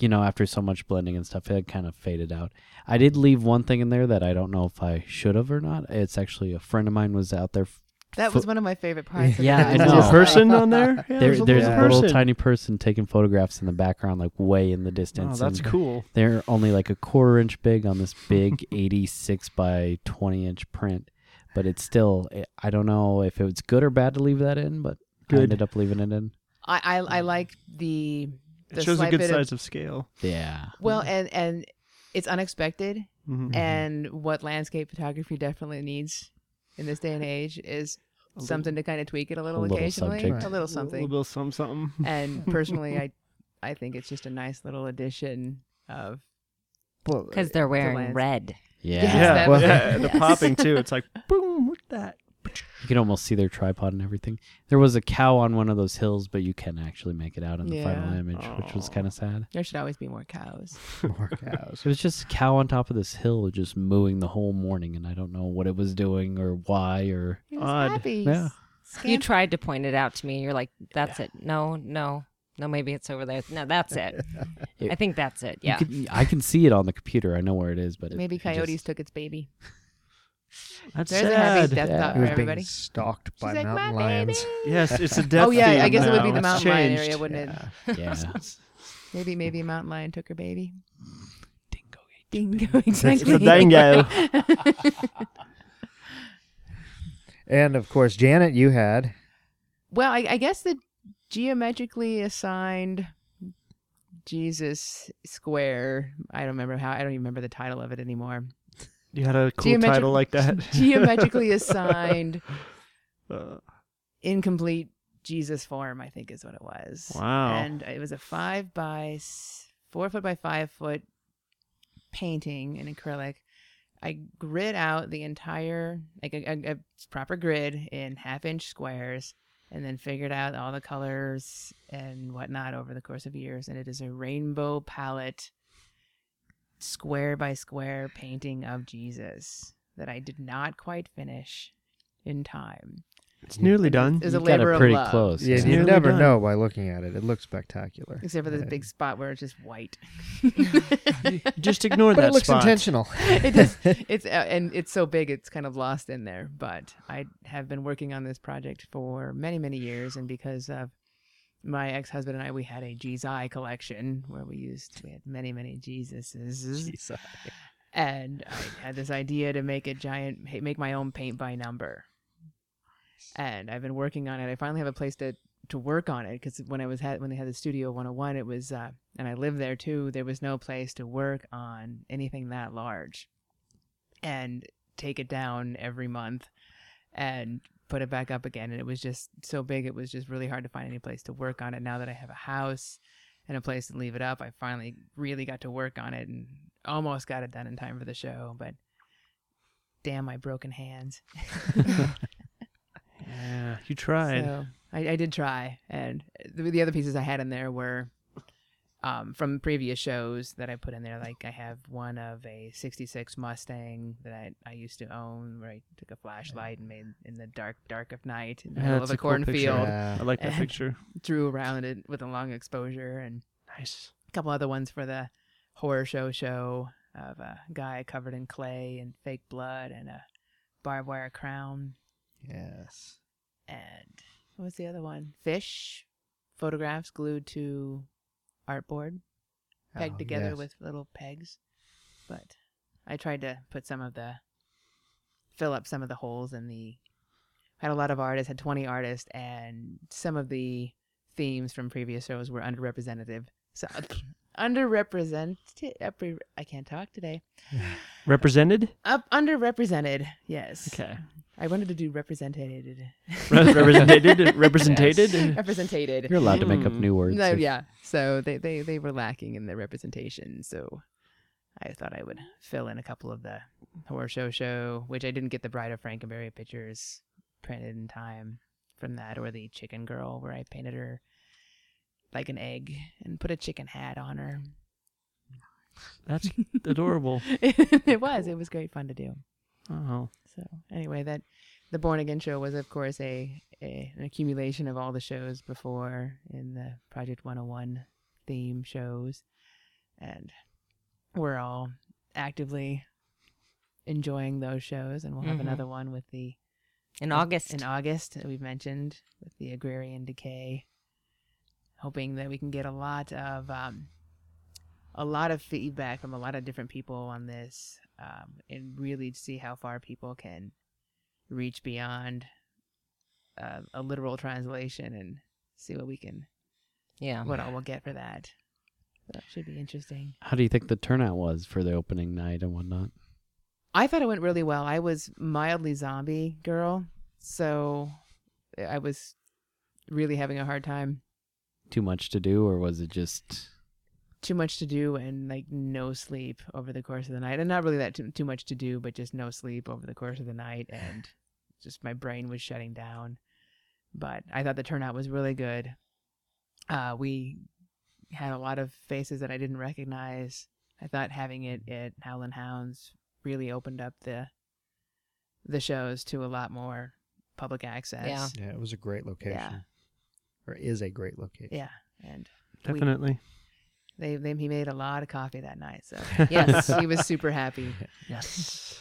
D: you know, after so much blending and stuff, it kind of faded out. I did leave one thing in there that I don't know if I should have or not. It's actually a friend of mine was out there. f-
A: That
D: fo-
A: was one of my favorite parts. of
D: Yeah,
A: that.
D: I
C: Is
D: know.
C: there a person on there? Yeah,
D: There, there's
E: a
D: a
E: little
D: little
C: person.
D: tiny person taking photographs in the background, like way in the
C: Oh,
D: distance.
C: that's
D: and
C: cool.
D: They're only like a quarter inch big on this big 86 by 20 inch print, but it's still, eh, I don't know if it was good or bad to leave that in, but I
C: Good.
D: ended up leaving it in.
A: I, I I like the the
C: It shows a
A: slight
C: good
A: bit of-
C: size of, scale.
D: Yeah.
A: well, and and it's unexpected,
C: Mhm.
D: Mm-hmm.
A: and what landscape photography definitely needs in this day and age is
C: little-
A: something to kind of tweak it a little
D: a little
A: occasionally,
D: subject.
A: a little something.
C: A little something. something.
A: and personally, I I think it's just a nice little addition of Uh,
B: Because they're wearing
A: lands-
B: red.
D: Yeah.
A: Yes,
C: yeah,
A: that-
C: well, yeah, the
A: yes.
C: popping too. It's like boom, what's that?
D: You can almost see their tripod and everything. There was a cow on one of those hills, but you can actually make it out in the final
A: Yeah.
D: image, which was
C: Aw.
D: kind of sad.
A: there should always be more cows.
E: More cows.
D: It was just a cow on top of this hill just mooing the whole morning, and I don't know what it was doing or why or.
A: He was
C: Odd.
A: happy.
D: Yeah.
B: You tried to point it out to me, and you're like, "That's it. No, no, no. Maybe it's over there. No, that's it.
D: It-
B: I think that's it.
D: You
B: Yeah.
D: can- I can see it on the computer. I know where it is, but it,
A: Maybe
D: it just-
A: coyotes took its baby.
C: That's
A: There's a
C: sad.
A: happy death
D: Yeah.
A: thought
E: He
A: for
E: was
A: everybody.
E: being stalked
A: She's
E: by
A: like, "My
E: mountain lions.
A: baby."
C: Yes, it's a death.
A: Oh yeah, I
C: theme
A: guess it would
C: now.
A: be the
C: It's
A: mountain lion
C: changed.
A: area, wouldn't it?
D: yeah.
A: Maybe maybe a mountain lion took her baby.
D: Dingo.
A: Dingo,
C: It's a
A: exactly.
C: dango.
E: And of course, Janet, you had
A: Well, I, I guess the geometrically assigned Jesus square. I don't remember how. I don't even remember the title of it anymore.
C: You had a cool
A: Geometri-
C: title like that.
A: geometrically assigned
C: Uh,
A: incomplete Jesus form. I think is what it was.
C: Wow.
A: And it was a five by s- four foot by five foot painting in acrylic. I grid out the entire like a, a, a proper grid in half inch squares, and then figured out all the colors and whatnot over the course of years. And it is a rainbow palette, square by square painting of Jesus that I did not quite finish in time.
C: it's nearly done.
A: It was a
D: Got
A: labor
D: it
A: of
D: pretty
A: love,
D: close.
E: yeah,
C: It's
E: you
C: nearly
E: never
C: done.
E: know by looking at it. It looks spectacular.
A: except for this
E: Uh,
A: big spot where it's just white.
C: Just ignore
E: But
C: that
E: it looks
C: spot.
E: intentional.
A: it is. It's uh, and it's so big, it's kind of lost in there. But I have been working on this project for many, many years, and because of my ex-husband and I, we had a G's-Eye collection where we used we had many, many Jesuses, and I had this idea to make a giant, make my own paint by number. and I've been working on it. I finally have a place to to work on it because when I was had when they had the Studio 101, it was uh, and I lived there too. There was no place to work on anything that large, and take it down every month, and put it back up again. And it was just so big, it was just really hard to find any place to work on it. Now that I have a house and a place to leave it up, I finally really got to work on it and almost got it done in time for the show, but. Damn my broken hands.
C: Yeah, you tried.
A: So I, I did try, and the, the other pieces I had in there were um, from previous shows that I put in there. Like I have one of a '66 Mustang that I, I used to own, where I took a flashlight and made in the dark dark of night in the
C: Yeah,
A: middle
C: that's
A: of a,
C: a cool picture.
A: cornfield,
E: Yeah.
C: I like that
A: And-
C: picture.
A: drew around it with a long exposure, and
C: Nice.
A: a couple other ones for the horror show show of a guy covered in clay and fake blood and a barbed wire crown
E: Yes.
A: and what was the other one? Fish photographs glued to artboard, pegged
E: Oh,
A: together
E: yes.
A: with little pegs. But I tried to put some of the fill up some of the holes in the. Had a lot of artists, had 20 artists, and some of the themes from previous shows were underrepresentative. So underrepresented. epre- I can't talk today.
C: Represented?
A: Up underrepresented. Yes.
C: Okay.
A: I wanted to do represented.
C: Re- represented? Represented?
A: represented.
D: You're allowed to make up
C: Mm.
D: new words.
A: No,
D: if-
A: yeah. So they, they they were lacking in the representation. So I thought I would fill in a couple of the horror show show, which I didn't get the Bride of Frankenberry pictures printed in time from that, or the Chicken Girl where I painted her like an egg and put a chicken hat on her.
C: That's adorable.
A: it was it was great fun to do.
C: Oh.
A: So anyway, that the Born Again show was, of course, a, a an accumulation of all the shows before in the Project 101 theme shows, and we're all actively enjoying those shows, and we'll have
B: Mhm.
A: another one with the
B: In August.
A: in August that we've mentioned with the agrarian decay, hoping that we can get a lot of um, a lot of feedback from a lot of different people on this, um, and really see how far people can reach beyond uh, a literal translation and see what we can
B: yeah.
A: what all we'll get for that. That should be interesting.
D: How do you think the turnout was for the opening night and whatnot?
A: I thought it went really well. I was mildly zombie girl, so uh, I was really having a hard time.
D: Too much to do, or was it just
A: Too much to do and like no sleep over the course of the night, and not really that too, too much to do, but just no sleep over the course of the night, and just my brain was shutting down. But I thought the turnout was really good. Uh, we had a lot of faces that I didn't recognize. I thought having it at Howlin' Hounds really opened up the the shows to a lot more public access.
B: Yeah.
E: Yeah, it was a great location. Or is a great location.
A: Yeah. And We-
C: Definitely.
A: they, they he made a lot of coffee that night, so
B: Yes.
A: he was super happy.
C: yes.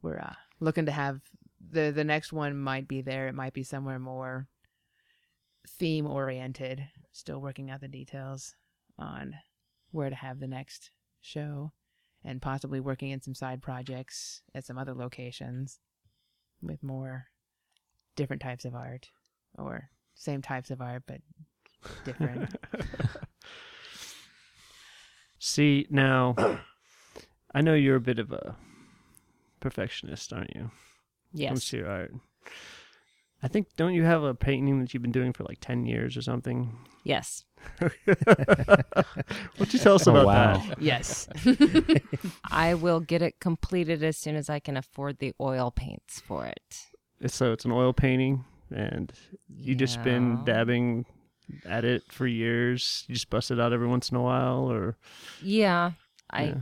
A: We're uh, looking to have the the next one might be there. It might be somewhere more theme oriented. Still working out the details on where to have the next show, and possibly working in some side projects at some other locations with more different types of art or same types of art but different.
C: See, now, I know you're a bit of a perfectionist, aren't you? When it comes
B: Yes.
C: to your art. I think, don't you have a painting that you've been doing for like 10 years or something?
B: Yes.
C: What'd you tell us
D: Oh,
C: about
D: wow.
C: that?
A: yes.
B: I will get it completed as soon as I can afford the oil paints for it.
C: It's- So it's an oil painting, and you just
B: Yeah.
C: been dabbing at it for years. You just bust it out every once in a while, or
B: Yeah. I
C: Yeah.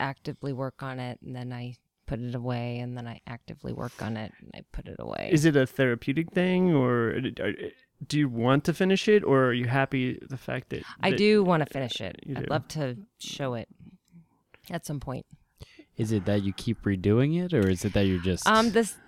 B: actively work on it and then I put it away and then I actively work on it and I put it away.
C: is it a therapeutic thing, or uh, are- do you want to finish it, or are you happy with the fact that
B: I
C: that-
B: do want to finish it.
C: You
B: I'd
C: do.
B: love to show it at some point.
D: Is it that you keep redoing it, or is it that you're just
B: Um, this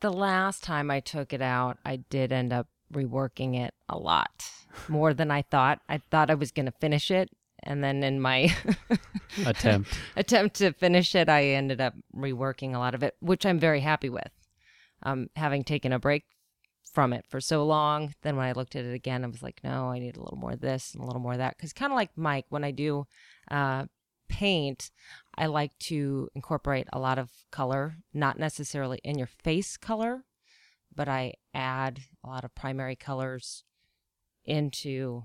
B: the last time I took it out, I did end up reworking it a lot more than I thought. I thought I was going to finish it, and then in my
D: attempt?
B: attempt to finish it, I ended up reworking a lot of it, which I'm very happy with. um, having taken a break from it for so long. Then when I looked at it again, I was like, no, I need a little more of this and a little more of that. Because kind of like Mike, when I do uh, paint, I like to incorporate a lot of color, not necessarily in your face color, but I add a lot of primary colors into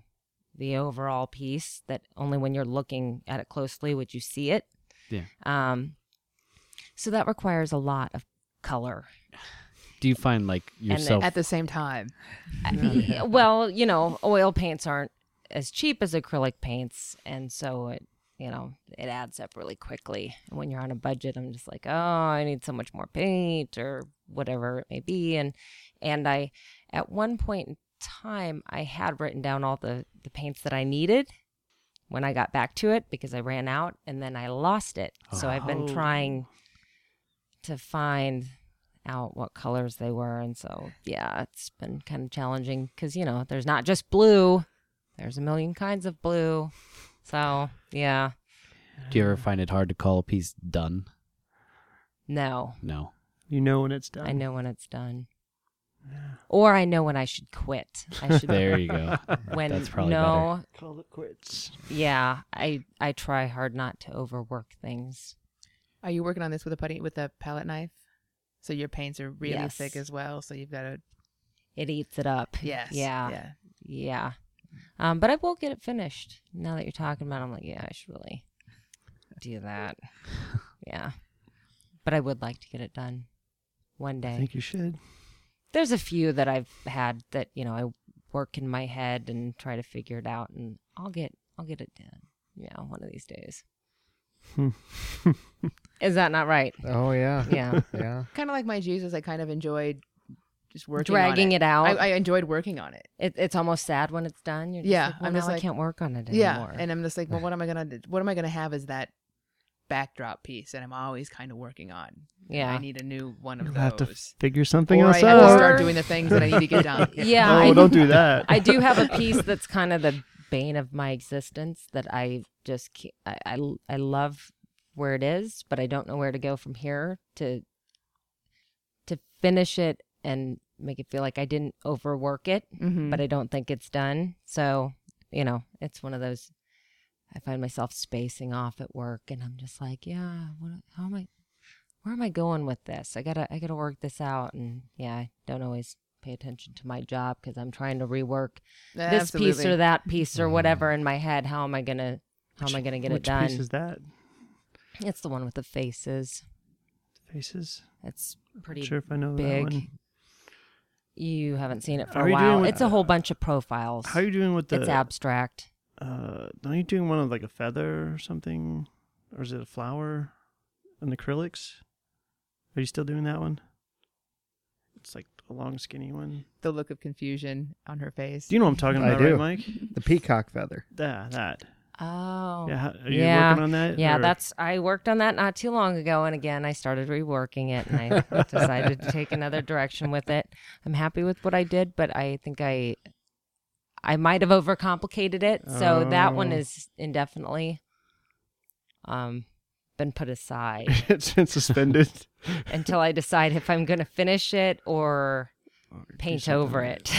B: the overall piece that only when you're looking at it closely would you see it.
D: Yeah.
B: Um, so that requires a lot of color.
D: Do you find like
B: then-
C: Oh.
D: yourself?
A: at the same time.
B: Yeah, Uh, well, you know, oil paints aren't as cheap as acrylic paints, and so it, you know, it adds up really quickly. And when you're on a budget, I'm just like, oh, I need so much more paint or whatever it may be, and and I, at one point in time, I had written down all the the paints that I needed when I got back to it because I ran out, and then I lost it. So I've been
C: Oh.
B: trying to find out what colors they were and so yeah it's been kind of challenging because you know there's not just blue there's a million kinds of blue so yeah
D: do you ever find it hard to call a piece done?
B: no
D: No.
C: You know when it's done.
B: i know when it's done or i know when i should quit i should
D: There you go.
B: when
D: That's probably
B: no
C: Call it quits.
B: yeah i i try hard not to overwork things
A: Are you working on this with a putty with a palette knife? So your paints are really
B: Yes.
A: thick as well. So you've got to
B: it eats it up
A: yes,
B: yeah
A: yeah.
B: yeah um but i will get it finished now that you're talking about it, i'm like yeah i should really do that yeah but i would like to get it done one day
C: I think you should.
B: there's a few that I've had that you know I work in my head and try to figure it out, and I'll get I'll get it done. Yeah, one of these days.
C: Hmm.
B: Is that not right?
E: Oh yeah,
B: Yeah,
E: yeah.
A: Kind of like my Jesus. I kind of enjoyed just working on
B: dragging it, out.
A: I, I enjoyed working on it.
B: it, it's almost sad when it's done. You're just
A: Yeah,
B: like, well,
A: I'm
B: now
A: just
B: I
A: like-
B: can't work on it anymore.
A: yeah, and I'm just like, well, what am I gonna what am I gonna have as that backdrop piece? And I'm always kind of working on. I
B: yeah,
A: need a new one of
C: You'll
A: those.
C: have to figure something
A: or I
C: else
A: have to
C: out.
A: start doing the things that I need to get done.
B: yeah.
C: oh,
B: I,
C: don't do that.
B: I do have a piece that's kind of the bane of my existence that I just ca- I, I l- I love where it is, but I don't know where to go from here to to finish it and make it feel like I didn't overwork it,
A: Mhm.
B: but I don't think it's done. So, you know, it's one of those I find myself spacing off at work and I'm just like, yeah, what, how am I where am I going with this? I got to I got to work this out and yeah, I don't always pay attention to my job cuz I'm trying to rework this piece or
A: Absolutely.
B: that piece or whatever in my head. How am I gonna how am I gonna get
C: Mm-hmm. Which
B: it done?
C: piece is that?
B: It's the one with the faces.
C: Faces.
B: It's pretty
C: sure if I know that
B: big.
C: one.
B: You haven't seen it for
C: How are
B: a
C: you doing
B: while.
C: with-
B: It's a whole bunch of profiles.
C: How are you doing with the?
B: it's abstract.
C: uh, are you doing one of like a feather or something, or is it a flower, and acrylics? Are you still doing that one? It's like a long, skinny one.
A: the look of confusion on her face.
C: Do you know what I'm talking
E: I
C: about,
E: do.
C: right, Mike?
E: The peacock feather.
C: Yeah, that.
B: Oh.
C: Yeah,
B: Yeah.
C: how, are you
B: Yeah.
C: working on that? or-
B: that's I worked on that not too long ago and again I started reworking it and I decided to take another direction with it. I'm happy with what I did, but I think I I might have overcomplicated it. So that one
C: Oh.
B: is indefinitely um been put aside.
C: it's been suspended.
B: until I decide if I'm going to finish it or
C: Or do
B: paint
C: something
B: over
C: with
B: it.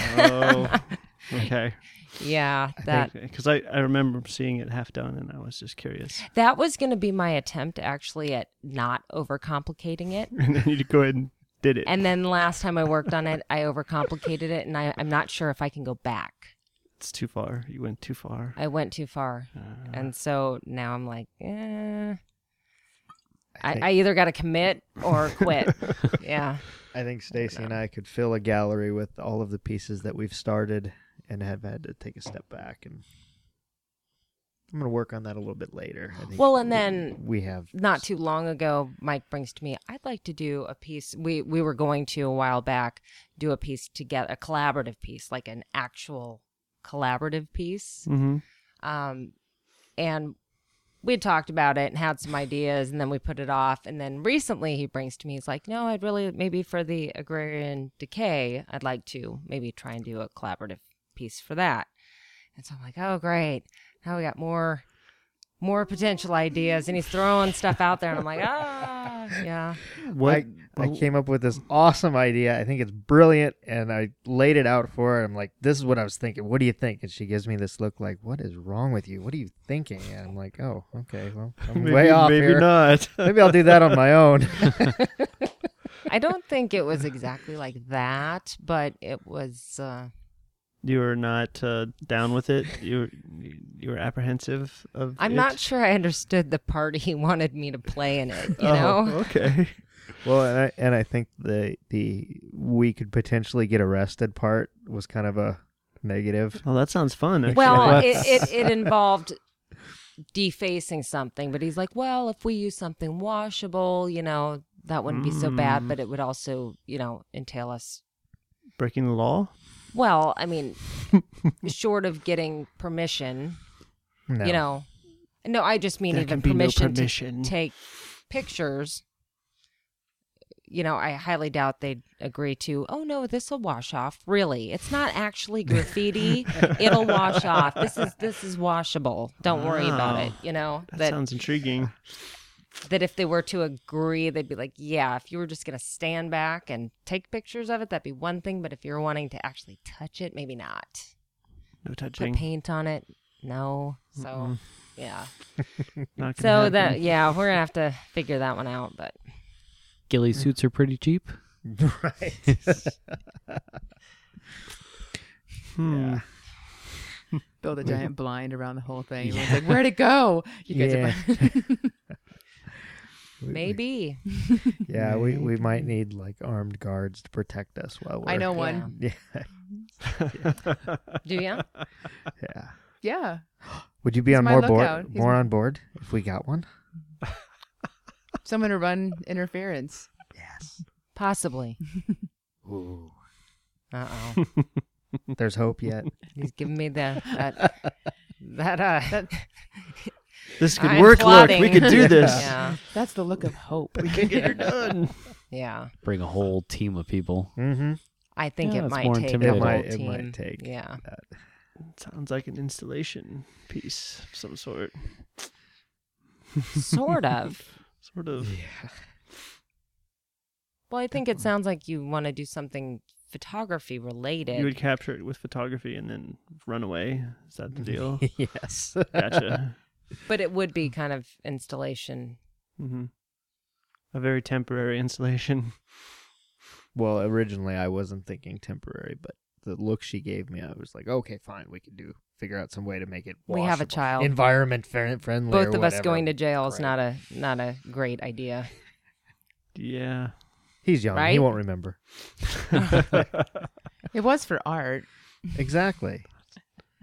C: Oh, okay.
B: yeah, that
C: Because I, I remember seeing it half done, and I was just curious.
B: that was going to be my attempt actually at not overcomplicating it.
C: And then you go ahead and did it.
B: And then last time I worked on it, I overcomplicated it, and I, I'm not sure if I can go back.
C: it's too far. You went too far.
B: I went too far,
C: Uh,
B: and so now I'm like, eh. I,
E: think-
B: I either got to commit or quit. yeah,
E: I think Stacy and I could fill a gallery with all of the pieces that we've started and have had to take a step back and I'm gonna work on that a little bit later. I think
B: Well, and then
E: we have
B: not too long ago, Mike brings to me, I'd like to do a piece. We we were going to a while back do a piece together, a collaborative piece, like an actual collaborative piece.
C: mm-hmm.
B: Um, and we had talked about it and had some ideas, and then we put it off. And then recently, he brings to me, he's like, "No, I'd really maybe for the agrarian decay, I'd like to maybe try and do a collaborative piece for that." And so I'm like, "Oh, great! Now we got more." More potential ideas, and he's throwing stuff out there, and I'm like, ah, yeah.
C: What
E: I- I came up with this awesome idea. I think it's brilliant. And I laid it out for her. I'm like, this is what I was thinking. What do you think? And she gives me this look like, what is wrong with you? What are you thinking? And I'm like, oh, okay. Well, I'm
C: Maybe,
E: way off
C: maybe
E: here.
C: not.
E: Maybe I'll do that on my own.
B: I don't think it was exactly like that, but it was. Uh,
C: you were not uh, down with it. You were, you were apprehensive of.
B: I'm
C: it?
B: not sure I understood the part he wanted me to play in it. You
C: Oh,
B: know,
C: okay.
E: well, and I, and I think the the we could potentially get arrested part was kind of a negative.
C: Well, that sounds fun. Actually.
B: Well,
E: What?
B: it, it, it involved defacing something, but he's like, well, if we use something washable, you know, that wouldn't be so bad,
C: Mm.
B: but it would also, you know, entail us.
C: breaking the law.
B: Well, I mean, short of getting permission,
E: No.
B: you know, no, I just mean
C: There
B: even
C: can be no
B: permission,
C: permission.
B: to take pictures. You know, I highly doubt they'd agree to, oh no, this will wash off. Really. It's not actually graffiti. It'll wash off. This is this is washable. Don't worry about
C: Wow.
B: it. You know?
C: That, sounds intriguing.
B: that if they were to agree, they'd be like, yeah, if you were just going to stand back and take pictures of it, that'd be one thing. But if you're wanting to actually touch it, maybe not.
C: No
B: Put
C: touching.
B: paint on it. No. So, yeah.
C: Not gonna
B: So
C: happen.
B: that, yeah, we're going to have to figure that one out. But
D: Ghillie suits are pretty cheap.
E: right.
C: Hmm.
A: Build a
C: Mm-hmm.
A: giant blind around the whole thing. Everyone's like, where'd it go? You guys
E: Yeah.
A: are fine.
B: maybe.
E: Yeah, we, we might need like armed guards to protect us while we're.
A: I know one.
E: Yeah,
B: Do you?
E: yeah.
A: Yeah.
E: Would you be
A: He's
E: on
A: my
E: more
A: lookout.
E: board?
A: He's
E: More
A: my-
E: on board if we got one.
A: Someone to run interference.
E: Yes.
B: Possibly.
E: Ooh.
B: Uh oh.
E: There's hope yet.
B: He's giving me the that that uh
C: This could
B: I'm
C: work.
B: plotting.
C: Look, we could do this.
B: Yeah.
A: That's the look of hope.
C: We can get her done.
B: Yeah.
D: Bring a whole team of people.
E: Mm-hmm.
B: I think
D: Yeah,
B: it
D: that's
B: might
D: more
B: take the
D: intimidating.
E: It
B: whole
E: might- it
B: team.
E: might take.
B: Yeah.
C: Sounds like an installation piece of some sort.
B: Sort of.
C: Sort of.
B: Well, I think it sounds like you want to do something photography related.
C: You would capture it with photography and then run away. Is that the deal?
E: yes.
C: Gotcha.
B: But it would be kind of installation.
C: hmm A very temporary installation.
E: Well, originally I wasn't thinking temporary, but the look she gave me, I was like, okay, fine, we can do figure out some way to make it.
B: We have a
E: washable.
B: child.
E: environment fri- friendly.
B: Both
E: or
B: of us
E: whatever.
B: going to jail is
E: Right.
B: not a not a great idea.
C: Yeah.
E: He's young. He
B: right?
E: won't remember
A: It was for art.
E: exactly.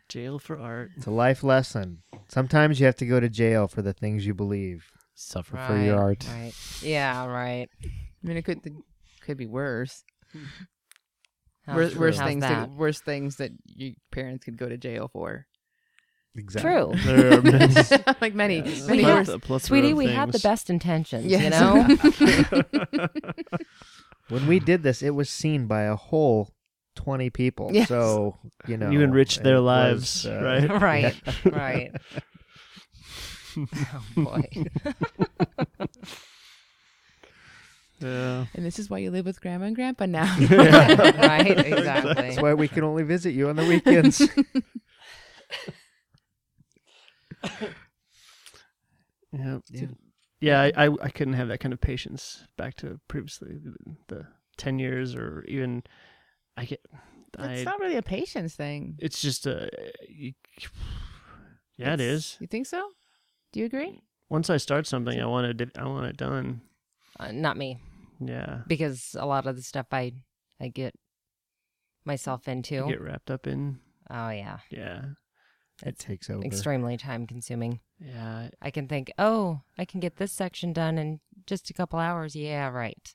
C: Jail for art.
E: It's a life lesson. Sometimes you have to go to jail for the things you believe.
D: Suffer for your
B: Right,
D: art.
B: Right. Yeah, right.
A: I mean, it could could be worse.
B: How
A: worse
B: true.
A: worse
B: How's
A: things.
B: that?
A: That? Worse things that your parents could go to jail for.
E: Exactly.
B: True.
C: There are many,
A: like many,
B: We
A: many
B: had-
A: worse.
C: a plethora
B: Sweetie,
C: of
B: we had the
C: things.
B: best intentions, you
A: Yes.
B: know?
E: When we did this, it was seen by a whole twenty people.
A: Yes.
E: So you know
C: You enriched
E: it
C: their
E: was,
C: lives,
E: uh,
C: right?
B: right, right. oh boy.
C: Yeah.
A: And this is why you live with grandma and grandpa now.
B: right, exactly.
E: That's why we can only visit you on the weekends.
C: Yeah. Yeah. I, I I couldn't have that kind of patience back to previously the, the ten years or even I get I,
A: it's not really a patience thing.
C: it's just a you, yeah it
A: It's-
C: is
A: You think so? Do you agree?
C: once I start something I want it I want it done
B: Uh, not me,
C: yeah
B: because a lot of the stuff I I get myself
C: I
B: into.
C: Mm, get wrapped up in
B: Oh yeah,
C: yeah
E: it takes over.
B: extremely time consuming.
C: yeah
B: I can think, "Oh, I can get this section done in just a couple hours." Yeah, right.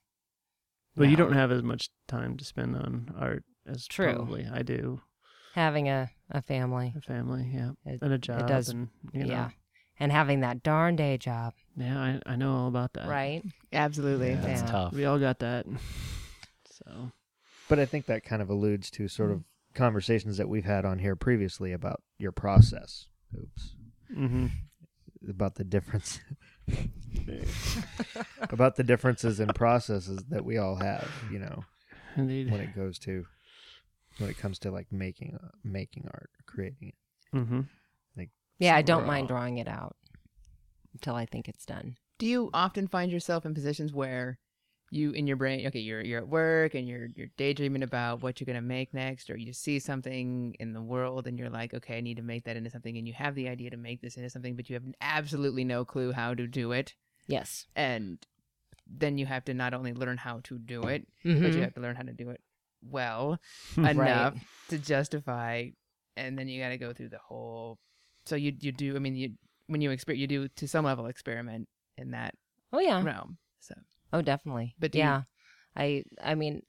C: but you
B: No.
C: don't have as much time to spend on art as
B: True.
C: probably I do
B: Having a a family.
C: a family yeah
B: It-
C: and a job
B: does-
C: and you know
B: Yeah. And having that darn day job,
C: yeah I, I know all about that
B: right?
A: Absolutely.
D: Yeah, that's
B: Yeah.
D: tough.
C: we all got that so
E: But I think that kind of alludes to sort of conversations that we've had on here previously about your process. Oops.
C: Mm-hmm.
E: About the difference. about the differences in processes that we all have, you know,
C: Indeed.
E: when it goes to when it comes to like making making art, creating it.
C: Mm-hmm.
B: Yeah, I don't
E: Draw.
B: mind drawing it out until I think it's done.
A: Do you often find yourself in positions where you in your brain okay, you're you're at work and you're you're daydreaming about what you're gonna make next, or you see something in the world and you're like, Okay, I need to make that into something and you have the idea to make this into something, but you have absolutely no clue how to do it.
B: Yes.
A: And then you have to not only learn how to do it, but you
B: Mhm.
A: have to learn how to do it well
C: Right.
A: enough to justify and then you got to go through the whole so you you do i mean you when you exper you do to some level experiment in that
B: Oh yeah.
A: realm so
B: Oh, definitely.
A: But do you-
B: yeah, I I mean,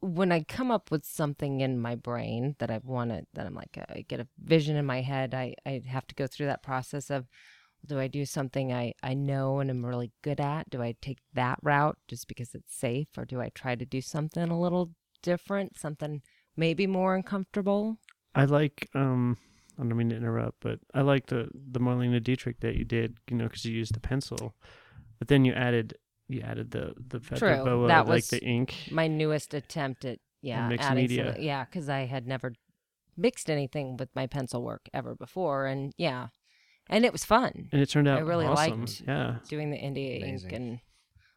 B: when I come up with something in my brain that I want to, that I'm like, I get a vision in my head. I I have to go through that process of, do I do something I I know and am really good at? Do I take that route just because it's safe, or do I try to do something a little different, something maybe more uncomfortable?
C: I like. Um, I don't mean to interrupt, but I like the the Marlena Dietrich that you did. You know, because you used the pencil, but then you added you added the the feather
B: True,
C: boa,
B: that
C: like
B: was
C: the ink.
B: my newest attempt at yeah
C: mixed
B: adding
C: media.
B: something- yeah because i had never mixed anything with my pencil work ever before and yeah and it was fun
C: and it turned out
B: I really
C: awesome.
B: liked-
C: Yeah,
B: doing the india
E: Amazing.
B: ink and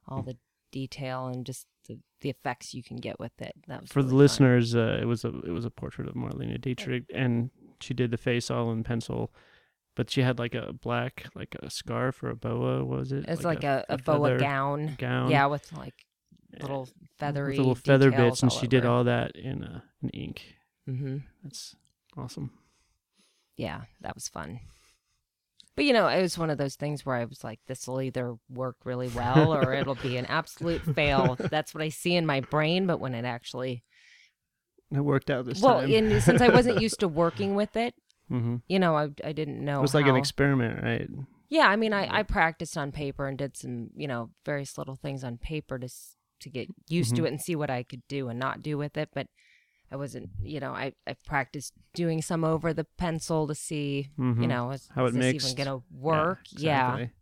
B: all the detail and just the, the effects you can get with it that was
C: for
B: really
C: the
B: fun.
C: listeners, uh, it was a it was a portrait of Marlena Dietrich, and she did the face all in pencil, but she had like a black like a scarf or a boa. What was it?
B: it's like, a, a, boa
C: feather
B: gown.
C: gown.
B: yeah with like
C: uh,
B: little
C: with
B: feathery
C: little feather
B: details
C: bits, and
B: all
C: she did
B: over.
C: all that in uh, in ink.
B: mm-hmm.
C: That's awesome.
B: yeah, that was fun. But you know, it was one of those things where I was like, this will either work really well or it'll be an absolute fail. That's what I see in my brain, but when it actually
C: It worked out this
B: well,
C: time.
B: and since I wasn't used to working with it,
C: Mhm.
B: you know, I I didn't know
C: It was like an
B: how-
C: experiment, right?
B: yeah, I mean, I, I practiced on paper and did some, you know, various little things on paper to s- to get used
C: Mm-hmm.
B: to it and see what I could do and not do with it. But I wasn't, you know, I, I practiced doing some over the pencil to see, you
C: Mhm.
B: know, is,
C: How it
B: is this
C: mixed.
B: even going to work? Yeah,
C: exactly.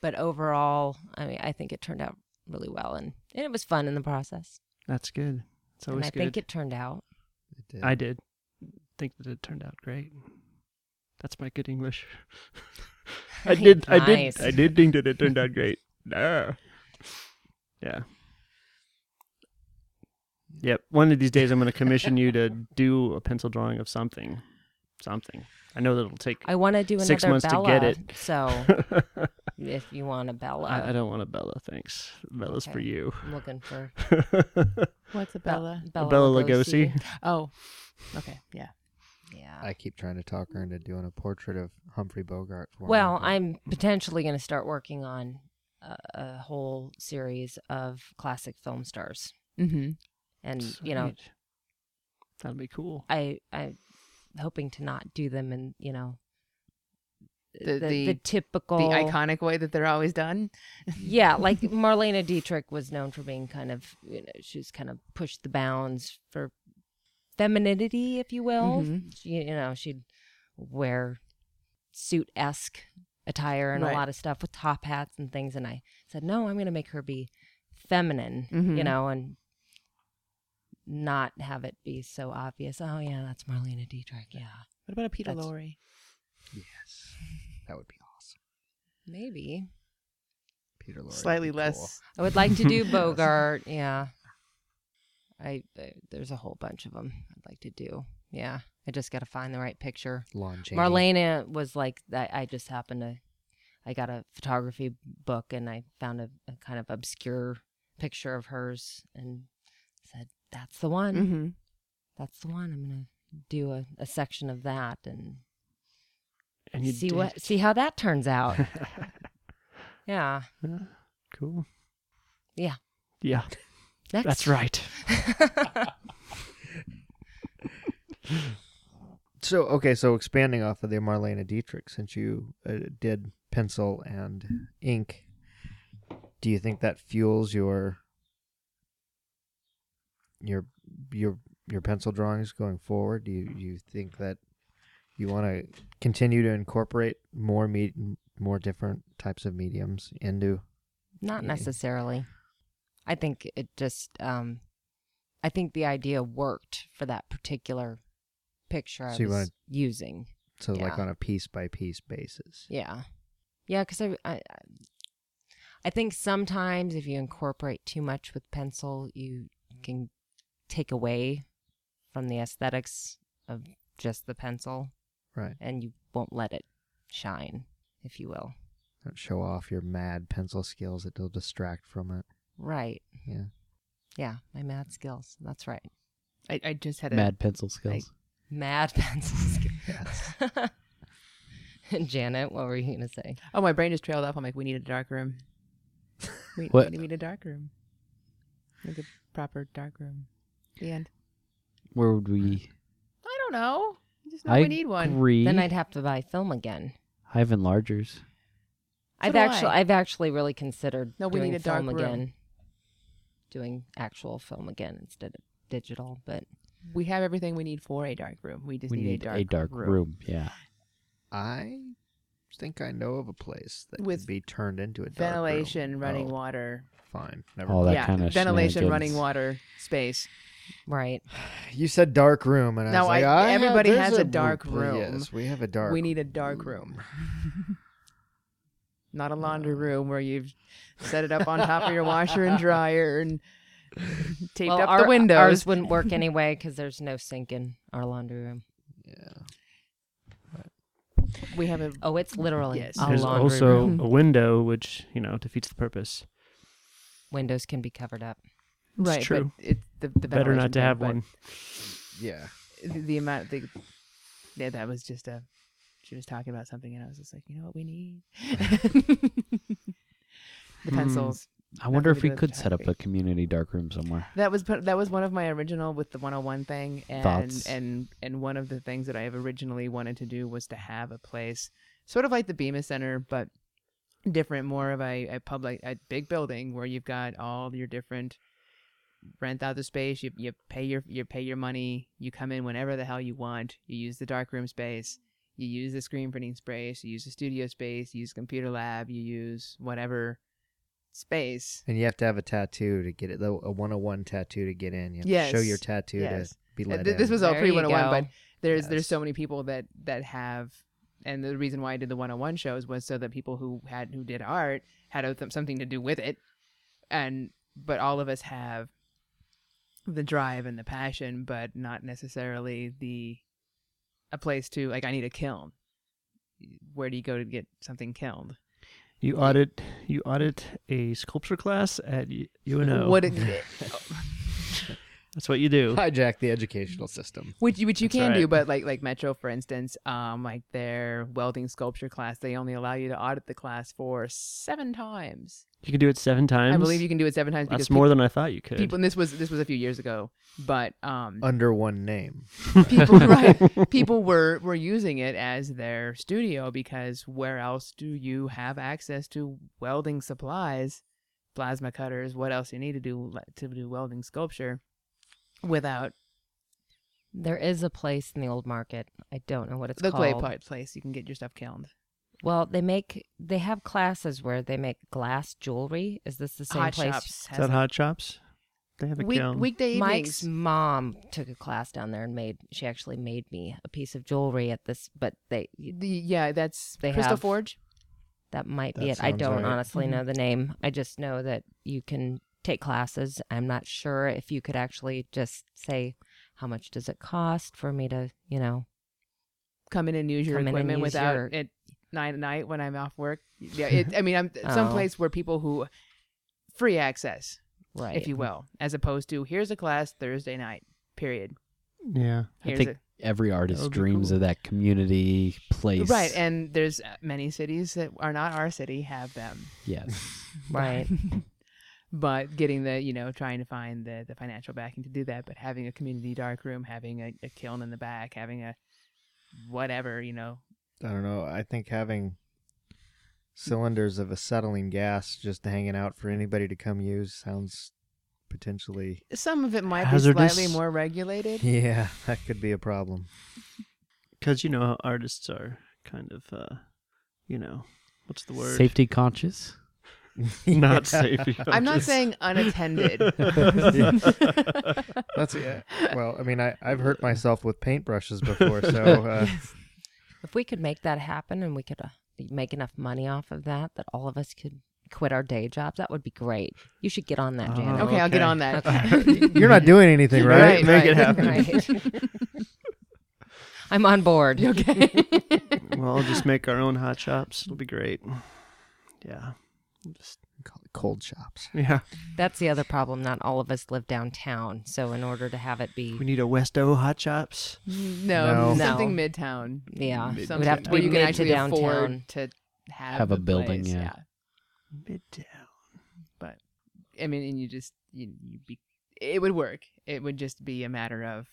B: But overall, I mean, I think it turned out really well and, and it was fun in the process.
C: that's good. It's
B: and
C: always
B: I
C: good.
B: think it turned out.
E: It did.
C: I did think that it turned out great. That's my good English. I did. I
B: Nice.
C: did. I did think that it turned out great. Nah. Yeah. Yep. One of these days, I'm going to commission you to do a pencil drawing of something. Something. I know that it'll take.
B: I want to do another
C: Six months to
B: Bella.
C: get
B: So
C: I,
B: if you want a Bella,
C: I don't want a Bella. Thanks. Bella's for
B: Okay.
C: you.
B: I'm looking for
A: what's a
B: Bel-
A: bella
B: Bella,
C: Bella
B: Lugosi.
C: Lugosi.
A: Uh, oh okay yeah
B: Yeah.
E: I keep trying to talk her into doing a portrait of Humphrey Bogart. For me,
B: Well,
E: but
B: I'm potentially going to start working on a, a whole series of classic film stars,
A: mm-hmm
B: and you know,
C: Sweet. that'd be cool.
B: I I'm hoping to not do them in you know
A: The-
B: the the,
A: the- the
B: typical
A: the iconic way that they're always done
B: Yeah, like Marlena Dietrich was known for being kind of you know she's kind of pushed the bounds for femininity, if you will.
A: Mhm.
B: She, you know she'd wear suit esque attire and
A: Right.
B: a lot of stuff with top hats and things, and I said no, I'm going to make her be feminine,
A: Mhm.
B: you know, and not have it be so obvious. Oh yeah, that's Marlena Dietrich. Yeah,
A: what about a peter
B: That's-
A: lorre
E: yes, that would be awesome.
B: maybe
E: Peter Lorre. would
A: slightly
E: be cool.
A: less
B: I would like to do Bogart. Yeah. I, I there's a whole bunch of them I'd like to do. Yeah. I just got to find the right picture.
E: Lon Chaney.
B: Marlena was like I, I just happened to I got a photography book and I found a, a kind of obscure picture of hers and said that's the one.
A: mm-hmm.
B: That's the one. I'm going to do a, a section of that and
C: And you
B: see
C: did
B: what
C: it.
B: see how that turns out. yeah.
C: Yeah. Cool.
B: Yeah.
C: Yeah.
B: Next.
C: That's right.
E: So okay, so expanding off of the Marlena Dietrich, since you uh, did pencil and ink, do you think that fuels your your your your pencil drawings going forward? Do you you think that you want to continue to incorporate more me- more different types of mediums into
B: Not
E: Yeah.
B: necessarily. I think it just um I think the idea worked for that particular picture I
E: So you
B: was
E: wanna-
B: using.
E: so like
B: Yeah.
E: on a piece by piece basis.
B: Yeah. Yeah, cuz I, I I think sometimes if you incorporate too much with pencil, you can take away from the aesthetics of just the pencil
E: Right.
B: and you won't let it shine, if you will.
E: Don't show off your mad pencil skills; it'll distract from it.
B: Right.
E: Yeah.
B: Yeah, my math skills. That's right.
A: I, I just had a
D: Mad pencil skills.
B: Mad pencil skills.
E: Yes.
B: And Janet, what were you gonna say?
A: Oh, my brain just trailed off. I'm like, we need a dark room. We,
D: What?
A: we need a dark room. Like a proper dark room. The end.
D: Where would we?
A: I don't know. I just know
D: I
A: we need one.
D: Agree.
B: Then I'd have to buy film again.
D: I have enlargers.
A: So
B: I've
A: do
B: actually,
A: I.
B: I've actually really considered
A: No, we
B: doing
A: need a
B: film
A: dark room.
B: again, doing actual film again instead of digital. But
A: We have everything we need for a dark room. We just
D: we
A: need,
D: need
A: a dark,
D: room. Yeah.
E: I think I know of a place that
A: With
E: could be turned into a dark room.
A: Ventilation, running
E: Oh,
A: water.
E: Fine. Never.
D: All that
A: yeah,
D: kinda
A: ventilation,
D: shenanigans.
A: running water, space.
B: right,
E: You said dark room, and I
A: No,
E: was like,
A: I-
E: "Ah,
A: everybody
E: there's
A: has a
E: bl-
A: dark room.
E: Yes, we have a dark.
A: we need a dark room, not a laundry room where you've set it up on top of your washer and dryer and taped
B: Well,
A: up
B: our-
A: the windows.
B: Ours wouldn't work anyway because there's no sink in our laundry room.
E: Yeah.
A: we have a
B: Oh, it's literally
A: Yes.
B: a
C: There's
B: laundry
C: also
B: room.
C: a window, which you know defeats the purpose.
B: Windows can be covered up.
A: right.
C: true.
A: But it, the, the
C: Better not
A: ventilation
C: to
A: thing,
C: have
A: but
C: one.
E: Yeah.
A: The, the amount. The, yeah, that was just a. She was talking about something, and I was just like, you know what we need. the
C: Hmm.
A: pencils.
D: I wonder
A: we
D: if we
A: do it
D: could set up a
A: traffic.
D: community dark room somewhere.
A: That was put, that was one of my original with the 101 thing, and
D: Thoughts?
A: and and one of the things that I have originally wanted to do was to have a place, sort of like the Bema Center, but different, more of a, a public, a big building where you've got all your different rent out the space, you you pay your you pay your money, you come in whenever the hell you want, you use the dark room space, you use the screen printing space, you use the studio space, you use computer lab, you use whatever space
E: And you have to have a tattoo to get it. though, A 101 tattoo to get in. You have to show your
A: Yes.
E: tattoo
A: Yes.
E: to be
A: Uh,
E: let
A: th-
E: in.
A: this was all
B: There
A: pre
B: you
A: 101
B: go.
A: but there's there's
E: Yes.
A: so many people that that have and the reason why i did the 101 shows was so that people who had who did art had a- something to do with it and but all of us have the drive and the passion but not necessarily the a place to like i need a kiln where do you go to get something kilned
C: You audit you audit a sculpture class at U- UNO.
A: what it,
C: That's what you do.
E: hijack the educational system.
A: which you- which you
C: That's
A: can do,
C: right.
A: but like like Metro, for instance, um, like their welding sculpture class, they only allow you to audit the class for seven times.
C: You can do it seven times.
A: I believe you can do it seven times because
C: That's more
A: peop-
C: than I thought you could.
A: people. And this was this was a few years ago, but um,
E: Under one name.
A: people right people were were using it as their studio because where else do you have access to welding supplies plasma cutters what else you need to do le- to do welding sculpture without
B: There is a place in the old market. I don't know what it's
A: the
B: called.
A: clay pot place you can get your stuff kilned
B: Well, they make they have classes where they make glass jewelry. Is this the same
A: hot
B: place?
A: shops
C: Is
A: has
C: that hot chops? They have a
A: Week,
C: kiln.
A: weekday
B: Mike's
A: evenings.
B: mom took a class down there and made she actually made me a piece of jewelry at this but they
A: The, yeah, that's
B: They
A: Crystal
B: have-
A: Forge.
B: that might be
E: That
B: it. I
E: sounds
B: don't
E: right.
A: Mm-hmm.
B: honestly know the name. I just know that you can take classes. I'm not sure if you could actually just say how much does it cost for me to, you know,
A: Come in and use your
B: Come in and
A: equipment
B: use
A: without
B: your-
A: it nine at night when I'm off work. Yeah, it, I mean, I'm
B: Oh.
A: someplace where people who free access,
B: right.
A: if you will, as opposed to here's a class Thursday night. Period.
C: yeah.
A: Here's
D: I think
A: a,
D: every
C: would
D: artist
C: be
D: dreams
C: cool.
D: of that community place.
A: right, and there's uh, many cities that are not our city have them.
D: yes.
B: Right.
A: but getting the you know trying to find the the financial backing to do that but having a community dark room having a, a kiln in the back having a whatever you know
E: I don't know. I think having cylinders of acetylene gas just hanging out for anybody to come use sounds potentially.
A: some of it might be
C: Hazardous.
A: slightly more regulated
E: Yeah, that could be a problem.
C: Because you know how artists are kind of, uh, you know, What's the word?
D: Safety conscious.
C: Not safety.
A: I'm not saying unattended.
E: That's yeah. Well, I mean, I I've hurt myself with paintbrushes before, so uh,
B: If we could make that happen and we could uh, make enough money off of that, that all of us could quit our day jobs, that would be great. You should get on that, Janet.
A: okay, I'll get
C: Okay.
A: on that.
E: you're not doing anything,
A: Right,
E: right?
A: Make it
C: happen.
B: Right. I'm on board. Okay.
C: Well, we'll just make our own hot chops. It'll be great. Yeah. Just,
E: Call it Cold shops.
C: yeah.
B: That's the other problem. Not all of us live downtown. So, in order to have it be,
C: We need a Westo hot chops.
A: No,
E: No.
A: something
B: No.
A: midtown.
B: yeah, it
A: Something
B: would have to
A: where
B: be
A: you can
B: mid to
A: actually
B: downtown.
A: afford to have,
D: Have a
A: the
D: building,
A: place,
D: yeah.
C: Midtown.
A: I mean, and you just you, you be it would work. It would just be a matter of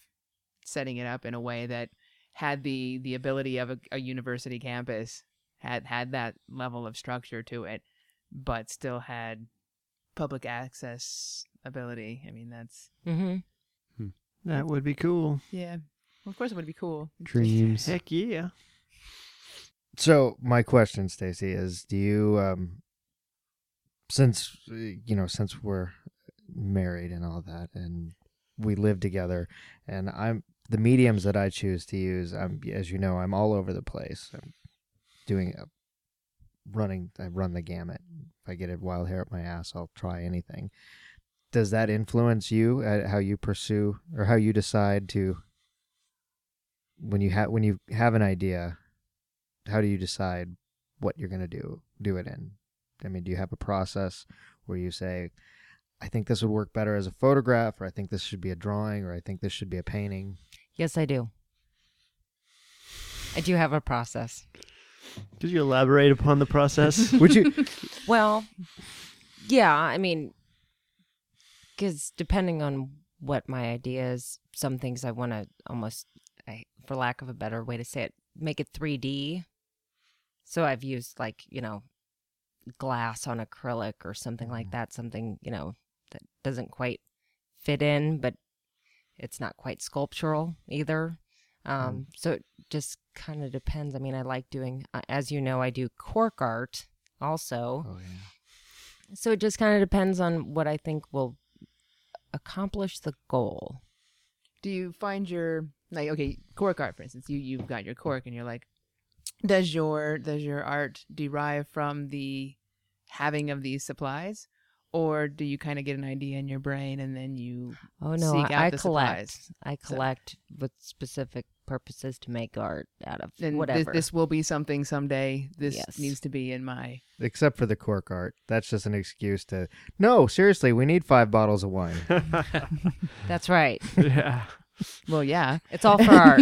A: setting it up in a way that had the the ability of a, a university campus had had that level of structure to it, but still had public access ability. I mean, that's
B: hmm
C: That would be cool.
A: yeah. Well, of course, it would be cool.
D: Dreams.
C: Heck yeah.
E: So my question, Stacy, is: Do you, um, since uh, you know, since we're married and all that, and we live together, and I'm the mediums that I choose to use. I'm, as you know, I'm all over the place. I'm doing, a, running. I run the gamut. If I get a wild hair up my ass, I'll try anything. Does that influence you at how you pursue or how you decide to when you have when you have an idea? how do you decide what you're going to do do it in i mean do you have a process where you say i think this would work better as a photograph or i think this should be a drawing or i think this should be a painting
B: Yes, I do. I do have a process.
C: Could you elaborate upon the process?
E: would you
B: Well, yeah, I mean, because depending on what my idea is, some things I want to almost, I, for lack of a better way to say it, make it 3D. So I've used like, you know, glass on acrylic or something like that, something, you know, that doesn't quite fit in, but it's not quite sculptural either. Um, So it just kind of depends. I mean, I like doing, uh, as you know, I do cork art also.
E: oh yeah
B: So it just kind of depends on what I think will accomplish the goal.
A: do you find your like okay cork art for instance you you've got your cork and you're like does your does your art derive from the having of these supplies or do you kind of get an idea in your brain and then you
B: Oh no,
A: Seek out
B: I, I
A: the
B: collect.
A: supplies.
B: I
A: So-
B: collect with specific purposes to make art out of
A: then this,
B: whatever.
A: this will be something someday this
B: Yes.
A: needs to be in my
E: except for the cork art that's just an excuse to no seriously we need five bottles of wine
B: That's right.
C: yeah.
A: well yeah
B: It's all for art.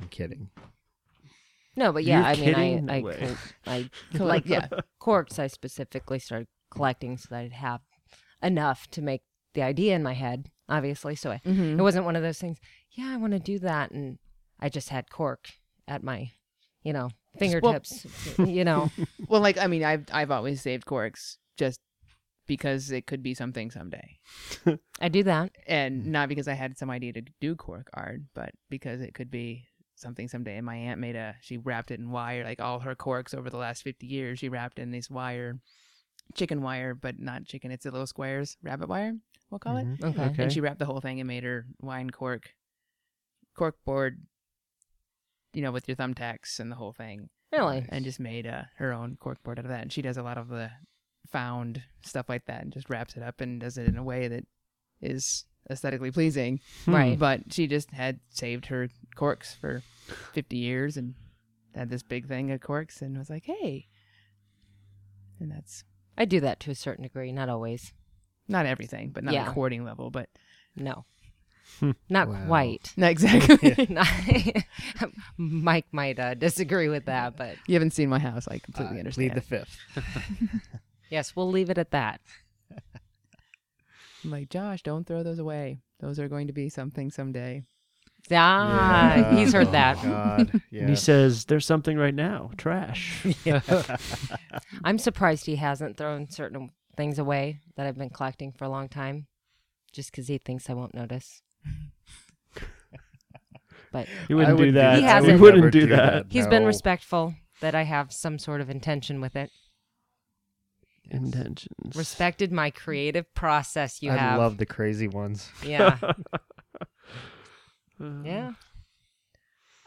E: i'm kidding
B: No, but yeah,
C: You're
B: I mean,
C: kidding? No
B: I I,
C: way.
B: col- I
A: Cool.
B: like
A: yeah
B: corks. I specifically started collecting so that I'd have enough to make the idea in my head. Obviously, so I
A: Mhm.
E: Mm-hmm.
B: It wasn't one of those things, yeah, I want to do that. And I just had cork at my, you know, fingertips, you know.
A: well like i mean i've i've always saved corks just because it could be something someday
B: I do that.
A: and not because I had some idea to do cork art, but because it could be something someday. And my aunt made a she wrapped it in wire, like all her corks over the last fifty years, she wrapped in this wire, chicken wire, but not chicken. It's the little squares, rabbit wire. We'll call it.
E: Mhm.
B: Mm-hmm. Okay.
C: Okay.
A: And she wrapped the whole thing and made her wine cork, cork board. You know, with your thumbtacks and the whole thing,
B: Really?
A: and just made uh, her own cork board out of that. And she does a lot of the found stuff like that, and just wraps it up and does it in a way that is aesthetically pleasing.
C: Hmm.
B: Right.
A: But she just had saved her corks for 50 years and had this big thing of corks and was like, hey. And that's
B: I do that to a certain degree, not always.
A: not everything, but not
B: Yeah.
A: recording level, but
B: No.
C: Hmm.
B: Not
E: Wow.
B: quite.
A: not exactly.
B: Mike might uh, disagree with that, but
A: you haven't seen my house. I completely
E: Uh,
A: understand.
E: plead the fifth
B: yes, we'll leave it at that.
A: I'm like, Josh, don't throw those away. Those are going to be something someday.
B: Ah,
E: Yeah.
B: he's heard
E: Oh,
B: that.
E: god
C: And he
E: yeah
C: says, there's something right now. Trash.
B: I'm surprised he hasn't thrown certain things away that I've been collecting for a long time just because he thinks I won't notice. but
C: You
E: I
C: wouldn't do
E: wouldn't do
C: that.
B: that. He
C: You
B: hasn't.
C: wouldn't
E: Never
C: do
E: do
C: that.
E: that.
B: he's been
E: No.
B: respectful that I have some sort of intention with it.
C: Intentions.
B: Respected my creative process. You
E: I
B: have,
E: love the crazy ones.
B: yeah,
C: Uh,
B: yeah.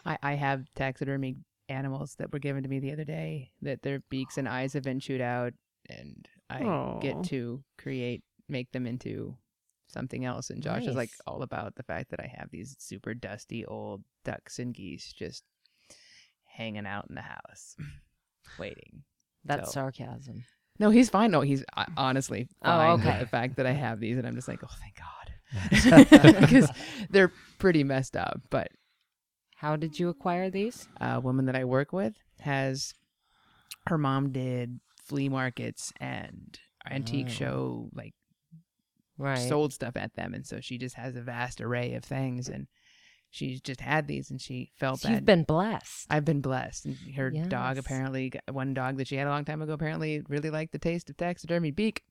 A: I, I have taxidermy animals that were given to me the other day that their beaks and eyes have been chewed out, and I
C: Aw.
A: get to create, make them into something else. And Josh is like
B: Nice.
A: all about the fact that I have these super dusty old ducks and geese just hanging out in the house, waiting.
B: That's
A: So-
B: sarcasm.
A: No, he's fine. No, he's uh, honestly
B: Oh,
A: fine with
B: okay.
A: the fact that I have these, and I'm just like, oh, thank God, because they're pretty messed up. But
B: How did you acquire these?
A: a woman that I work with has her mom did flea markets and antique
B: Oh.
A: show like
B: Right.
A: sold stuff at them and so she just has a vast array of things and she's just had these and she felt
B: So
A: bad.
B: you've been blessed.
A: I've been blessed and her dog
B: Yes.
A: apparently got- one dog that she had a long time ago apparently really liked the taste of taxidermy beak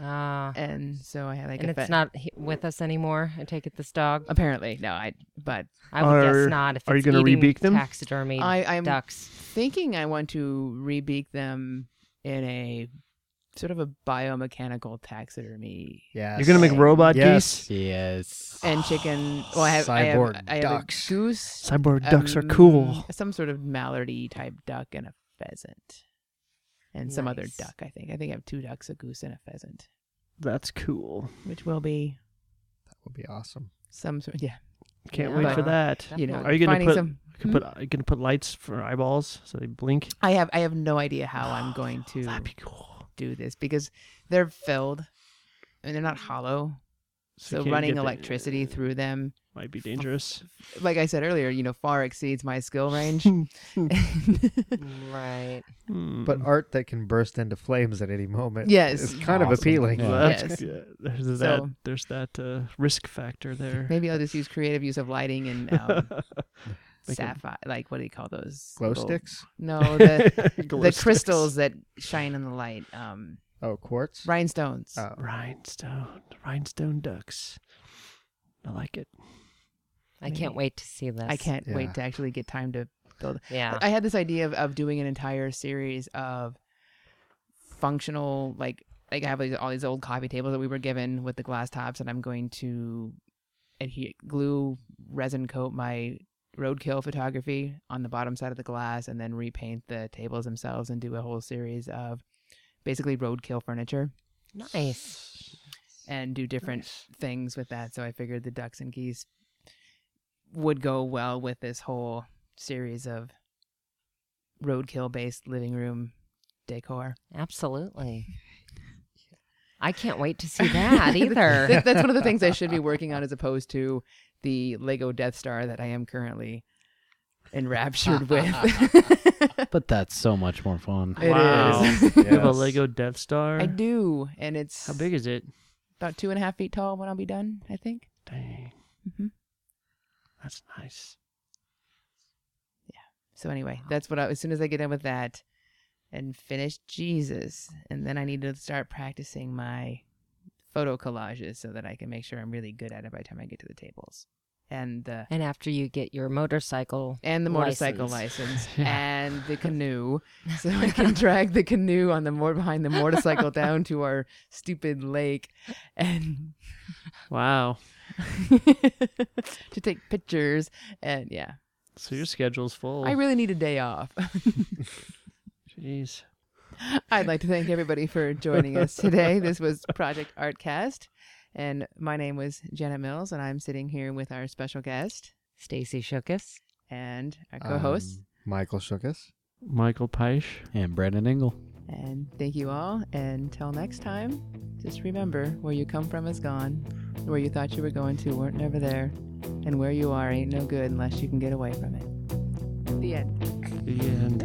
B: Ah,
A: and so I had like
B: and
A: a Um,
B: it's
A: fe-
B: not he- with us anymore. I take it this dog.
A: apparently no I but
B: I would
C: Are-
B: guess not. If
C: are you
B: it's
C: gonna
B: eating
C: rebeak them?
B: Taxidermy
A: I I'm
B: ducks.
A: thinking I want to rebeak them in a sort of a biomechanical taxidermy
E: Yeah.
C: You're gonna make robot
E: Yes.
C: geese.
D: Yes.
A: and chicken. Well, I have I have-
E: Cyborg
A: I have a
E: ducks.
A: goose.
C: Cyborg
A: a
C: ducks are
A: m-
C: cool.
A: Some sort of mallardy type duck and a pheasant, and some other
B: Nice.
A: duck. I think I think I have two ducks, a goose, and a pheasant,
C: That's cool.
A: which will be
E: That would be awesome.
A: some sort. Yeah,
C: Can't
B: Yeah.
C: wait for
B: But-
C: that.
A: you know.
C: Are you gonna
A: finding
C: put-
A: some?
C: Could
A: Hmm?
C: put I can put lights for eyeballs so they blink.
A: I have I have no idea how I'm going to
C: That'd be cool.
A: do this because they're filled and they're not hollow.
C: you
A: So
C: can't
A: running
C: get the-
A: electricity through them,
C: might be dangerous.
A: like I said earlier, you know, far exceeds my skill range.
B: Right.
C: Hmm.
D: Mm-hmm.
E: But art that can burst into flames at any moment.
A: Yes.
E: It's kind of
D: Awesome.
E: appealing.
D: Yeah.
C: Well, that's,
A: Yes.
C: yeah, there's that
A: So-
C: there's that uh, risk factor there.
A: Maybe I'll just use creative use of lighting and um,
C: Like a-
A: sapphire, like what do you call those?
E: Glow
A: little-
E: sticks?
A: No, the
C: Glow
A: the
C: sticks.
A: crystals that shine in the light. Um,
E: Oh, quartz?
A: rhinestones.
E: Oh.
C: Rhinestone. Rhinestone ducks. I like it.
B: I can't
A: Maybe.
B: wait to see this.
A: Mm. I can't
E: Yeah.
A: wait to actually get time to.
B: Yeah.
A: I had this idea of, of doing an entire series of functional, like like I have these, all these old coffee tables that we were given with the glass tops, and I'm going to adhere glue resin coat my roadkill photography on the bottom side of the glass, and then repaint the tables themselves and do a whole series of basically roadkill furniture.
B: Nice.
A: and do different things with that. So I figured the ducks and geese would go well with this whole series of roadkill based living room decor.
B: Absolutely. I can't wait to see that either.
A: That- That's one of the things I should be working on as opposed to the Lego Death Star that I am currently enraptured with.
D: But that's so much more fun.
A: It
C: Wow.
A: is.
C: You have a
E: Yes.
C: Lego Death Star.
A: I do. And it's
C: How big is it?
A: about two and a half feet tall when I'll be done, I think.
C: Dang.
A: Mhm.
C: That's nice.
A: So anyway, that's what I as soon as I get done with that and finish Jesus, and then I need to start practicing my photo collages so that I can make sure I'm really good at it by the time I get to the tables. And the
B: and after you get your motorcycle,
A: and the motorcycle
B: License.
A: license
D: Yeah.
A: and the canoe so I can drag the canoe on the more behind the motorcycle down to our stupid lake and
C: Wow.
A: to take pictures and yeah.
C: So your schedule's full.
A: I really need a day off.
C: Jeez.
A: I'd like to thank everybody for joining us today. This was Project Artcast, and my name was Jenna Mills, and I'm sitting here with our special guest
B: Stacy Shookus.
A: and our co-host.
E: Um, Michael Shookus.
C: Michael Peisch.
D: And Brandon Engel.
A: and thank you all. And until next time, just remember where you come from is gone, where you thought you were going to weren't never there, and where you are ain't no good unless you can get away from it. The end.
C: The end.